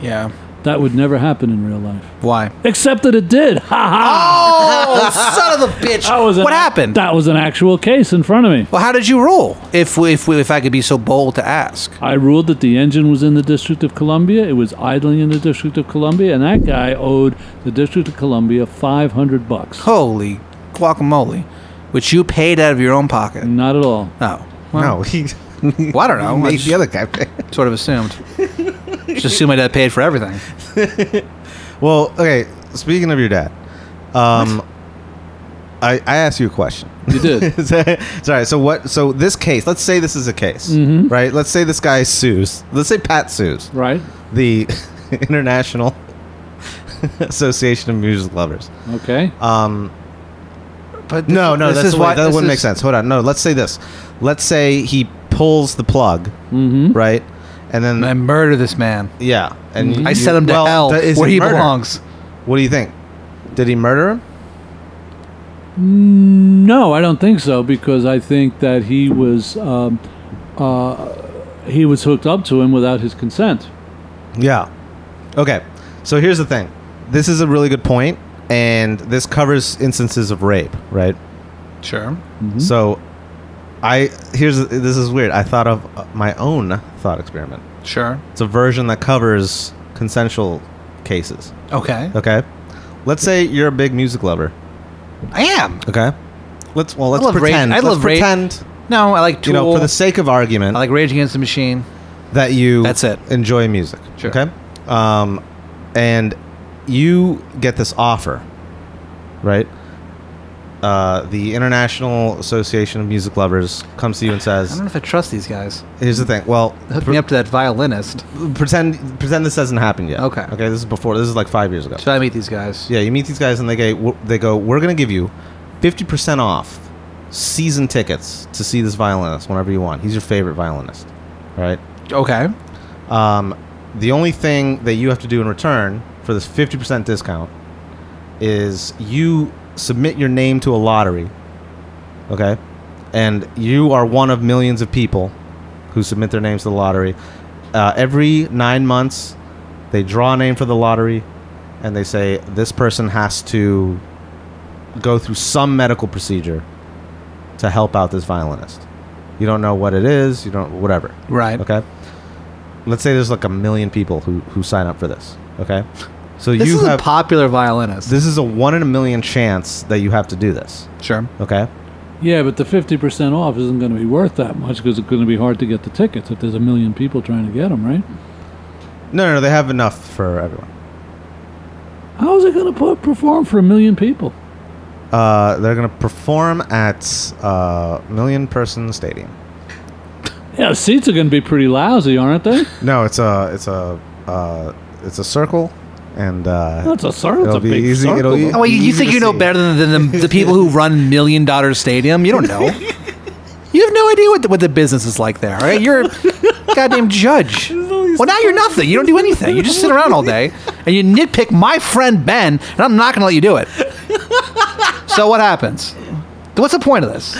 S3: Yeah.
S4: That would never happen in real life,
S3: Why?
S4: except that it did. Ha ha!
S3: Oh, son of a bitch!
S4: That was an
S3: What
S4: ac-
S3: happened?
S4: That was an actual case in front of me.
S3: well, how did you rule? If we, if we, if I could be so bold to ask,
S4: I ruled that the engine was in the District of Columbia. It was idling in the District of Columbia, and that guy owed the District of Columbia five hundred bucks.
S3: holy guacamole, which you paid out of your own pocket.
S4: Not at all.
S3: No.
S2: No, he
S3: Well, I don't know. I
S2: made
S3: just
S2: the other guy pay.
S3: sort of assumed. just assumed my dad paid for everything.
S2: Well, okay. Speaking of your dad, um, I, I asked you a question.
S4: You did.
S2: Sorry. So what? So this case. Let's say this is a case,
S4: Mhm.
S2: right? Let's say this guy sues. Let's say Pat sues
S4: Right?
S2: the International Association of Music Lovers.
S4: Okay.
S2: Um,
S3: But
S2: no,
S3: this-
S2: no,
S3: this
S2: that's
S3: is
S2: the way, that
S3: this
S2: wouldn't make
S3: is-
S2: sense. Hold on. No, let's say this. Let's say he pulls the plug,
S4: Mm-hmm.
S2: right? And then
S3: I murder this man.
S2: yeah, and
S4: Mhm.
S2: you-
S3: Mm-hmm. I sent him to
S2: well,
S3: hell
S2: that is
S3: where
S2: it
S3: he
S2: murder?
S3: belongs.
S2: What do you think? Did he murder him?
S4: No, I don't think so because I think that he was um, uh, he was hooked up to him without his consent.
S2: Yeah. Okay. So here's the thing. This is a really good point, and this covers instances of rape, right?
S3: Sure.
S2: So, I here's this is weird. I thought of uh, my own thought experiment.
S3: Sure.
S2: It's a version that covers consensual cases.
S3: Okay.
S2: Okay. Let's say you're a big music lover.
S3: I am.
S2: Okay. Let's well let's
S3: love rage-
S2: pretend.
S3: I love
S2: let's
S3: rage-
S2: pretend.
S3: No, I like Tool.
S2: You know, for the sake of argument,
S3: I like Rage Against the Machine.
S2: that you
S3: That's it.
S2: enjoy music.
S3: Sure.
S2: Okay. Um, and you get this offer, right? Uh, the International Association of Music Lovers comes to you and
S3: I
S2: says,
S3: don't know if I trust these guys.
S2: "Here's the thing. Well,
S3: Hook
S2: pre-
S3: me up to that violinist.
S2: pretend pretend this hasn't happened yet.
S3: Okay.
S2: Okay. This is before. This is like five years ago.
S3: Should I meet these guys?
S2: Yeah. You meet these guys and they go, they go, we're gonna give you fifty percent off season tickets to see this violinist whenever you want. He's your favorite violinist, right?
S3: Okay.
S2: Um, the only thing that you have to do in return for this 50% discount is you submit your name to a lottery, okay? And you are one of millions of people who submit their names to the lottery. Uh, every nine months, they draw a name for the lottery and they say this person has to go through some medical procedure to help out this violinist. You don't know what it is, you don't, whatever.
S3: Right.
S2: Okay. Let's say there's like a million people who who sign up for this. Okay. So
S3: This
S2: you
S3: is
S2: have
S3: a popular violinist.
S2: this is a one in a million chance that you have to do this.
S3: sure.
S2: Okay.
S4: Yeah, but the fifty percent off isn't going to be worth that much because it's going to be hard to get the tickets if there's a million people trying to get them, right?
S2: No, no, no, they have enough for everyone.
S4: How is it going to put, perform for a million people?
S2: Uh, they're gonna perform at uh, million person stadium.
S4: Yeah, the seats are going to be pretty lousy, aren't they?
S2: No, it's a it's a uh, it's a circle, and uh,
S4: That's a circle. It's
S2: It'll
S4: a
S2: be
S4: big
S2: easy-
S4: circle.
S2: it'll be-
S3: Oh, well, you, you think you know
S2: Easy.
S3: better than the, the people who run million dollar stadium? You don't know. You have no idea what the, what the business is like there. All right, you're a goddamn judge. Well, now you're nothing. You don't do anything. You just sit around all day and you nitpick my friend Ben, and I'm not going to let you do it. So what happens? What's the point of this?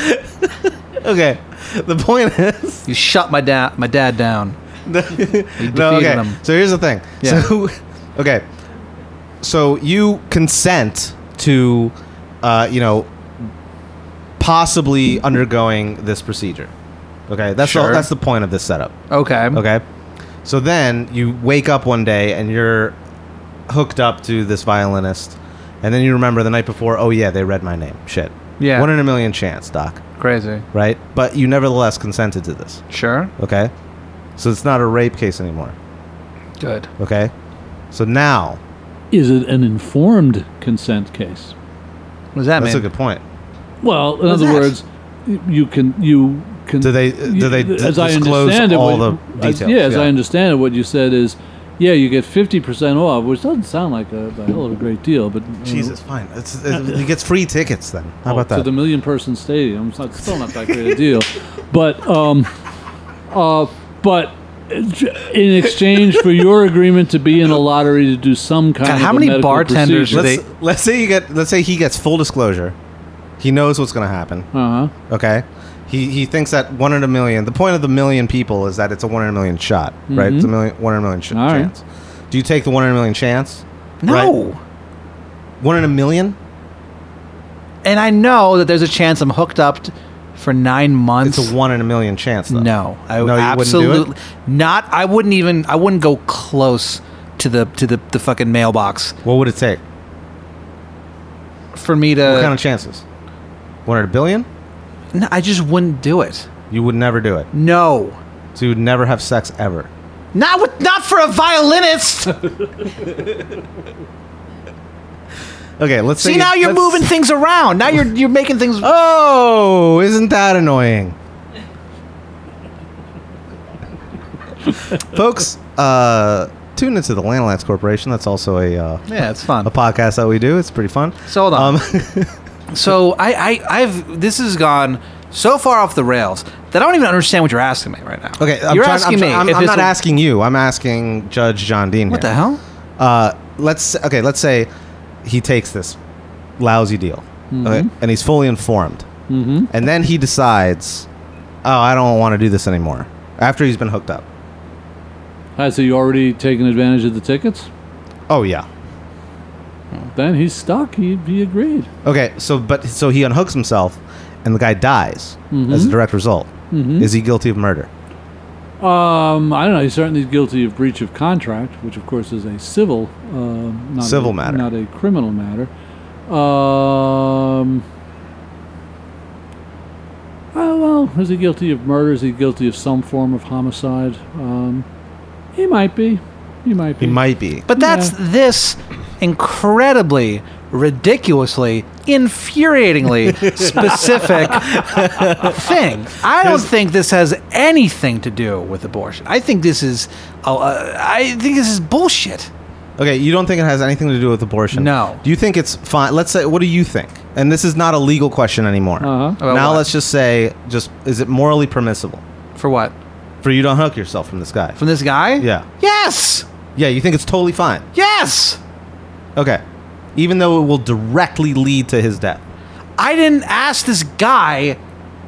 S2: Okay. The point is.
S3: You shut my dad my dad down.
S2: No, okay.
S3: defeated him.
S2: So here's the thing.
S3: Yeah.
S2: So, okay. So you consent to, uh, you know, possibly undergoing this procedure. Okay. That's the,
S3: Sure.
S2: that's the point of this setup.
S3: Okay.
S2: Okay. So then you wake up one day and you're hooked up to this violinist, and then you remember the night before. Oh yeah, they read my name. Shit.
S3: Yeah.
S2: One in a million chance, Doc.
S3: Crazy.
S2: Right. But you nevertheless consented to this.
S3: Sure.
S2: Okay. So it's not a rape case anymore.
S3: Good.
S2: Okay. So now e-
S4: Is it an informed consent case?
S3: What does that
S2: that's a
S3: mean?
S2: good point.
S4: Well, in
S3: What's
S4: other
S3: that?
S4: words, y- you can you can.
S2: Do they-
S4: y-
S2: do they d- disclose all
S4: what-
S2: the
S4: as-
S2: details?
S4: yeah, as
S2: Yeah.
S4: I understand it, what you said is, yeah, you get fifty percent off, which doesn't sound like a, a hell of a great deal, but you know,
S2: Jesus, fine. It's, it, he gets free tickets then. How about
S4: to
S2: that?
S4: the million person stadium. It's not, still not that great a deal, but um, uh, but in exchange for your agreement to be in a lottery to do some kind
S3: God,
S4: of
S3: how
S4: a
S3: many
S4: medical
S3: bartenders
S4: procedure.
S2: let's, let's say you get. Let's say he gets full disclosure. He knows what's going to happen.
S4: Uh-huh.
S2: Okay. He, he thinks that one in a million. The point of the million people is that it's a one in a million shot, right?
S3: Mm-hmm.
S2: It's a million one in a million sh-
S4: All right.
S2: chance. Do you take the one in a million chance?
S3: no.
S2: One in a million?
S3: And I know that there's a chance I'm hooked up t- for nine months.
S2: It's a one in a million chance, though.
S3: No, I
S2: No, you wouldn't do it?
S3: absolutely not. I wouldn't even. I wouldn't go close to the to the, the fucking mailbox
S2: What would it take?
S3: for me to.
S2: What kind of chances? One in a billion?
S3: No, I just wouldn't do it.
S2: You would never do it.
S3: No,
S2: So you would never have sex ever.
S3: not with not for a violinist.
S2: Okay, let's
S3: See
S2: say
S3: now you're
S2: let's-
S3: moving things around. Now you're you're making things.
S2: Oh, isn't that annoying? Folks, uh, tune into the Landlines Corporation. That's also a uh,
S3: Yeah, it's fun.
S2: a podcast that we do. It's pretty fun.
S3: So hold on.
S2: Um,
S3: So I, I I've this has gone so far off the rails that I don't even understand what you're asking me right now.
S2: okay, I'm
S3: you're
S2: trying-
S3: asking
S2: I'm,
S3: me.
S2: try- I'm,
S3: if
S2: I'm
S3: this
S2: not
S3: will-
S2: asking you. I'm asking Judge John Dean.
S3: What
S2: here.
S3: the hell?
S2: Uh, let's okay. Let's say he takes this lousy deal,
S3: Mm-hmm.
S2: okay, and he's fully informed, mm-hmm. and then he decides, oh, I don't want to do this anymore. After he's been hooked up.
S4: Has he already taken advantage of the tickets?
S2: Oh yeah.
S4: Then he's stuck. He, he agreed.
S2: Okay, so but so he unhooks himself, and the guy dies
S4: Mm-hmm.
S2: as a direct result. Is he guilty of murder?
S4: Um, I don't know. He's certainly guilty of breach of contract, which of course is a civil, uh, not
S2: Civil
S4: a,
S2: matter.
S4: not a criminal matter. Um, oh well, is he guilty of murder? Is he guilty of some form of homicide? Um, he might be. He might be.
S2: He might be.
S3: But that's
S4: Yeah.
S3: this incredibly, ridiculously, infuriatingly specific thing. I don't think this has anything to do with abortion. I think this is, oh, uh, I think this is bullshit.
S2: Okay, you don't think it has anything to do with abortion?
S3: No.
S2: Do you think it's fine? Let's say, what do you think? And this is not a legal question anymore.
S4: Uh-huh.
S3: About
S2: Now
S3: what?
S2: let's just say, just is it morally permissible
S3: For what?
S2: for you to unhook yourself from this guy?
S3: From this guy?
S2: Yeah.
S3: Yes.
S2: Yeah, you think it's totally fine.
S3: Yes.
S2: Okay, even though it will directly lead to his death.
S3: I didn't ask this guy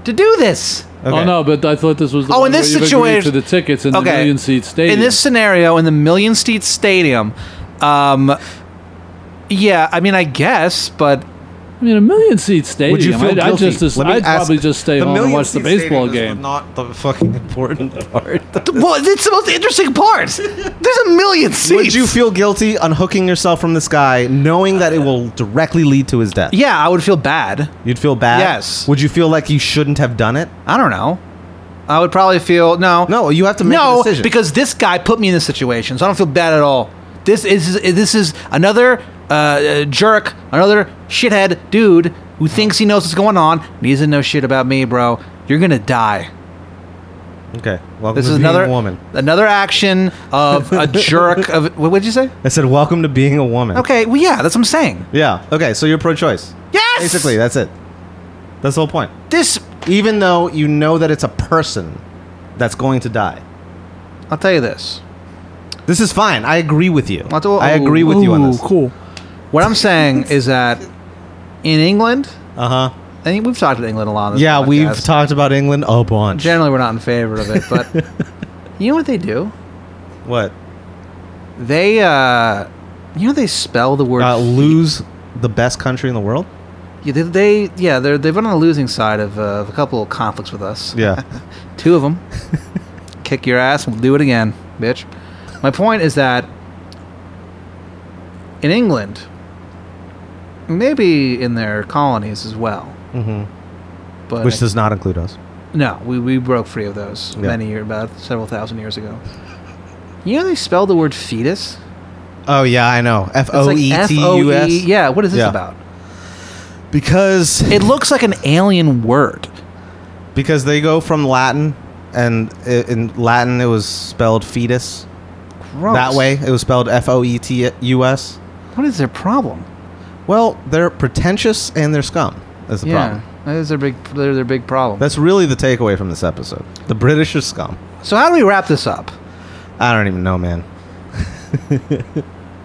S3: to do this.
S2: Okay.
S4: Oh no! But I thought this was the
S3: Oh,
S4: one
S3: in this
S4: where you've agreed
S3: situation-
S4: to the tickets in the million seat stadium.
S3: In this scenario, in the million seat stadium, um, yeah, I mean, I guess, but
S4: I mean, a million seat stadium.
S2: Would you feel
S4: I'd,
S2: guilty?
S4: I'd, just,
S2: Let me
S4: I'd
S2: ask-
S4: probably just stay home and
S2: million
S4: watch the
S2: seat
S4: baseball
S2: stadium is
S4: game.
S2: Not the fucking important part.
S3: well, it's the most interesting part. There's a million seats.
S2: Would you feel guilty unhooking yourself from this guy, knowing that it will directly lead to his death?
S3: yeah, I would feel bad.
S2: You'd feel bad.
S3: Yes.
S2: Would you feel like you shouldn't have done it?
S3: I don't know. I would probably feel no,
S2: No, you have to make a
S3: no,
S2: decision.
S3: because this guy put me in this situation, so I don't feel bad at all. This is this is another uh, uh, jerk, another shithead dude who thinks he knows what's going on. and He doesn't know shit about me, bro. You're gonna die.
S2: okay, welcome
S3: This
S2: to
S3: is
S2: being
S3: another
S2: a woman.
S3: another action of a jerk of what would you say?
S2: I said, welcome to being a woman.
S3: Okay, well yeah, that's what I'm saying.
S2: Yeah. Okay. So you're pro-choice.
S3: Yes.
S2: Basically, that's it. That's the whole point.
S3: this
S2: Even though you know that it's a person that's going to die,
S3: I'll tell you this.
S2: this is fine. I agree with you.
S3: What do-
S2: I agree with you on
S4: Ooh,
S2: this.
S4: cool.
S3: What I'm saying is that in England,
S2: Uh huh.
S3: I think we've talked about England a lot. on this
S2: yeah, we've
S3: podcast.
S2: talked about England a bunch.
S3: Generally, we're not in favor of it, but you know what they do?
S2: what?
S3: They, uh, you know, they spell the word
S2: Uh,
S3: fe-
S2: lose the best country in the world?
S3: Yeah, they, they yeah, they're, they've been on the losing side of, uh, of a couple of conflicts with us.
S2: Yeah.
S3: Two of them. Kick your ass. We'll do it again, bitch. My point is that in England, maybe in their colonies as well,
S2: hmm
S3: but
S2: Which does not include us.
S3: no, we, we broke free of those
S2: Yeah.
S3: many years, about several thousand years ago. You know they spell the word fetus?
S2: Oh, yeah, I know. F
S3: It's
S2: O
S3: like
S2: E T U
S3: F-O-E-
S2: S.
S3: Yeah, what is this
S2: Yeah.
S3: about?
S2: Because
S3: It looks like an alien word.
S2: because they go from Latin, and i- in Latin it was spelled fetus.
S3: Gross.
S2: That way, it was spelled F O E T U S.
S3: What is their problem?
S2: Well, they're pretentious and they're scum. That's the problem.
S3: that is their big their, their big problem.
S2: That's really the takeaway from this episode. The British are scum.
S3: so how do we wrap this up?
S2: I don't even know, man.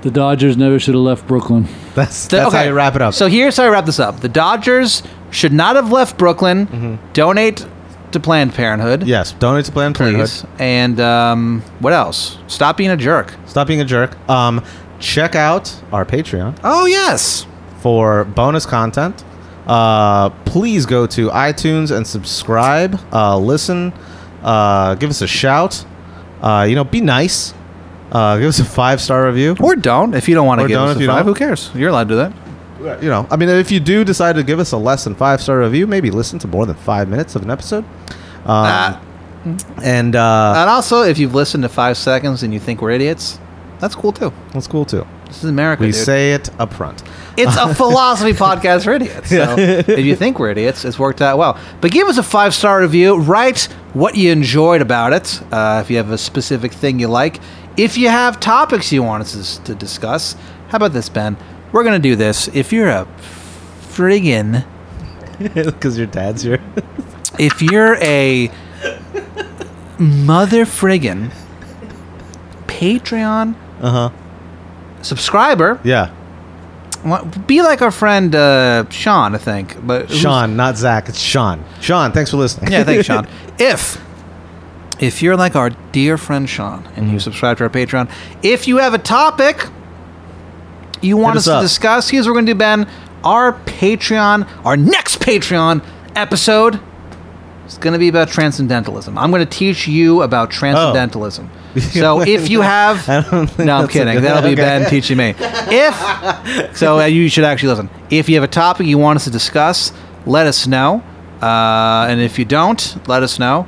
S4: The Dodgers never should have left Brooklyn.
S2: That's
S3: The-
S2: that's how you wrap it up.
S3: So here's how I wrap this up. The Dodgers should not have left Brooklyn.
S2: Mm-hmm.
S3: Donate to Planned Parenthood,
S2: yes, donate to Planned Parenthood.
S3: please. And um, what else? Stop being a jerk.
S2: Stop being a jerk. Um, check out our Patreon.
S3: Oh yes.
S2: for bonus content. Uh, please go to iTunes and subscribe, uh, listen, uh, give us a shout. Uh, you know, be nice. Uh, give us a five star review.
S3: Or don't if you don't want to
S2: Or
S3: give
S2: don't
S3: us
S2: if
S3: a
S2: you
S3: five.
S2: don't.
S3: Who cares? You're allowed to do that.
S2: You know, I mean, if you do decide to give us a less than five star review, maybe listen to more than five minutes of an episode. Um,
S3: Uh,
S2: and uh,
S3: and also, if you've listened to five seconds and you think we're idiots, that's cool too.
S2: that's cool too.
S3: This is America.
S2: We
S3: dude.
S2: say it up front.
S3: It's a philosophy podcast for idiots. So if you think we're idiots, it's worked out well. But give us a five star review. Write what you enjoyed about it. Uh, if you have a specific thing you like, if you have topics you want us to s- to discuss, how about this, Ben? We're gonna do this. If you're a friggin',
S2: Because your dad's here.
S3: if you're a mother friggin' Patreon
S2: Uh huh. subscriber.
S3: subscriber,
S2: Yeah.
S3: wa- be like our friend uh, Sean, I think. But who's-
S2: Sean, not Zach. It's Sean. Sean, thanks for listening.
S3: Yeah, thanks, Sean. if if you're like our dear friend Sean and
S2: Mm-hmm.
S3: you subscribe to our Patreon, if you have a topic you want
S2: Hit
S3: us,
S2: us
S3: to
S2: up.
S3: discuss, here's what we're gonna do, Ben. Our Patreon, our next Patreon episode is gonna be about transcendentalism. I'm gonna teach you about transcendentalism. So if you have
S2: Oh. I don't think
S3: no, I'm
S2: that's a
S3: kidding.
S2: good-
S3: That'll be
S2: okay.
S3: Ben teaching me. If so, uh, you should actually listen. If you have a topic you want us to discuss, let us know. Uh, and if you don't, let us know.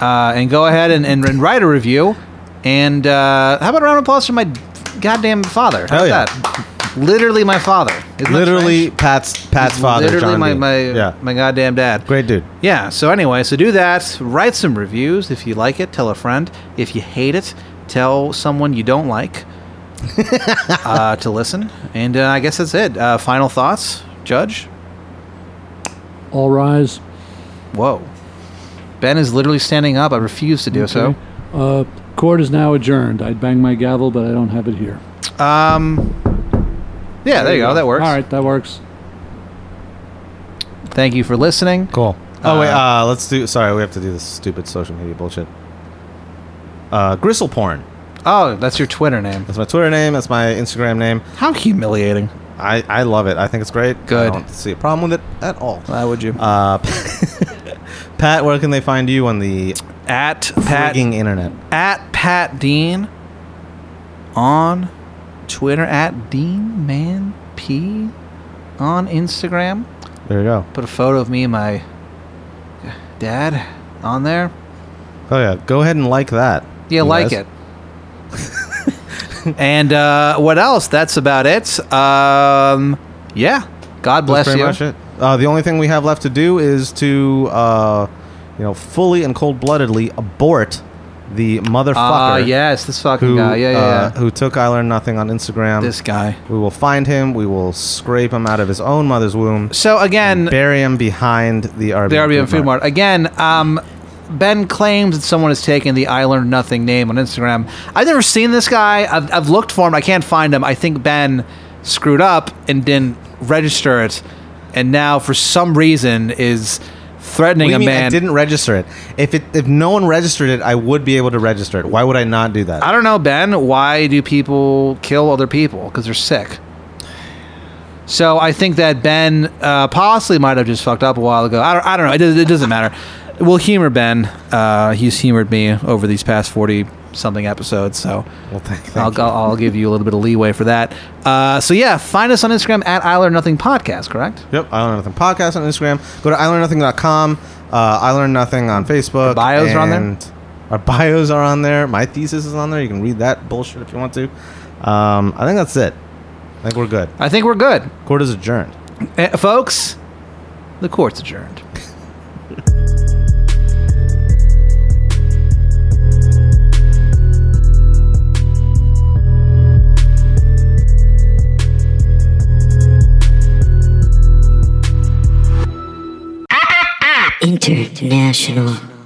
S3: Uh, and go ahead and, and, and write a review. And uh, how about a round of applause for my goddamn father? How's
S2: Hell Oh, yeah.
S3: that? Literally my father. Isn't that
S2: literally
S3: strange?
S2: Pat's Pat's father.
S3: Literally
S2: John
S3: my
S2: Dean.
S3: my,
S2: yeah,
S3: my goddamn dad.
S2: great dude.
S3: Yeah, so anyway, so do that. Write some reviews if you like it, tell a friend. If you hate it, tell someone you don't like uh, to listen. And uh, I guess that's it. Uh, final thoughts, Judge?
S4: All rise.
S3: Whoa. Ben is literally standing up. I refuse to do so.
S4: Uh, court is now adjourned. I'd bang my gavel, but I don't have it here.
S3: Um, yeah, there, you go. That works.
S4: All right, that works.
S3: Thank you for listening.
S2: Cool. Oh wait,
S3: Uh,
S2: uh, let's do. Sorry, we have to do this stupid social media bullshit. Uh, Gristle porn.
S3: Oh, that's your Twitter name.
S2: That's my Twitter name. That's my Instagram name.
S3: How humiliating.
S2: I, I love it. I think it's great.
S3: Good.
S2: I don't see a problem with it at all.
S3: Why would you?
S2: Uh, Pat, where can they find you on the
S3: at Pat
S2: frigging internet?
S3: at Pat Dean on Twitter at Dean Man P on Instagram.
S2: There you go.
S3: Put a photo of me and my dad on there.
S2: Oh yeah, go ahead and like that.
S3: Yeah,
S2: you
S3: like
S2: guys.
S3: it. and uh, what else? That's about it. Um, yeah. God
S2: That's
S3: bless
S2: pretty
S3: you.
S2: much it. Uh, the only thing we have left to do is to, uh, you know, fully and cold-bloodedly abort the
S3: Ah,
S2: motherfucker
S3: yes, this fucking
S2: who
S3: guy. Yeah, yeah,
S2: uh,
S3: yeah.
S2: who took I Learned Nothing on Instagram.
S3: this guy.
S2: we will find him. We will scrape him out of his own mother's womb.
S3: So again,
S2: Bury him behind the RBM.
S3: The RBM Food Mart. Again, um, Ben claims that someone has taken the I Learned Nothing name on Instagram. I've never seen this guy. I've, I've looked for him. I can't find him. I think Ben screwed up and didn't register it. and now for some reason is threatening
S2: What do
S3: a
S2: you mean
S3: man.
S2: I didn't register it? If it if no one registered it, I would be able to register it. Why would I not do that?
S3: I don't know, Ben. Why do people kill other people? Because they're sick. So I think that Ben uh, possibly might have just fucked up a while ago. I don't, I don't know. It, does, it doesn't matter. We'll humor Ben. Uh, he's humored me over these past 40 something episodes. So
S2: Well, thank, thank
S3: I'll,
S2: you.
S3: I'll, I'll give you a little bit of leeway for that. Uh, so yeah, find us on Instagram at I Learn Nothing Podcast, correct?
S2: Yep, I Learn Nothing podcast on Instagram. Go to ilearnnothing.com. Uh, I Learn Nothing on Facebook. Our
S3: bios are on there?
S2: Our bios are on there. My thesis is on there. You can read that bullshit if you want to. Um, I think that's it. I think we're good.
S3: I think we're good.
S2: Court is adjourned.
S3: Eh, folks, the court's adjourned.
S1: International.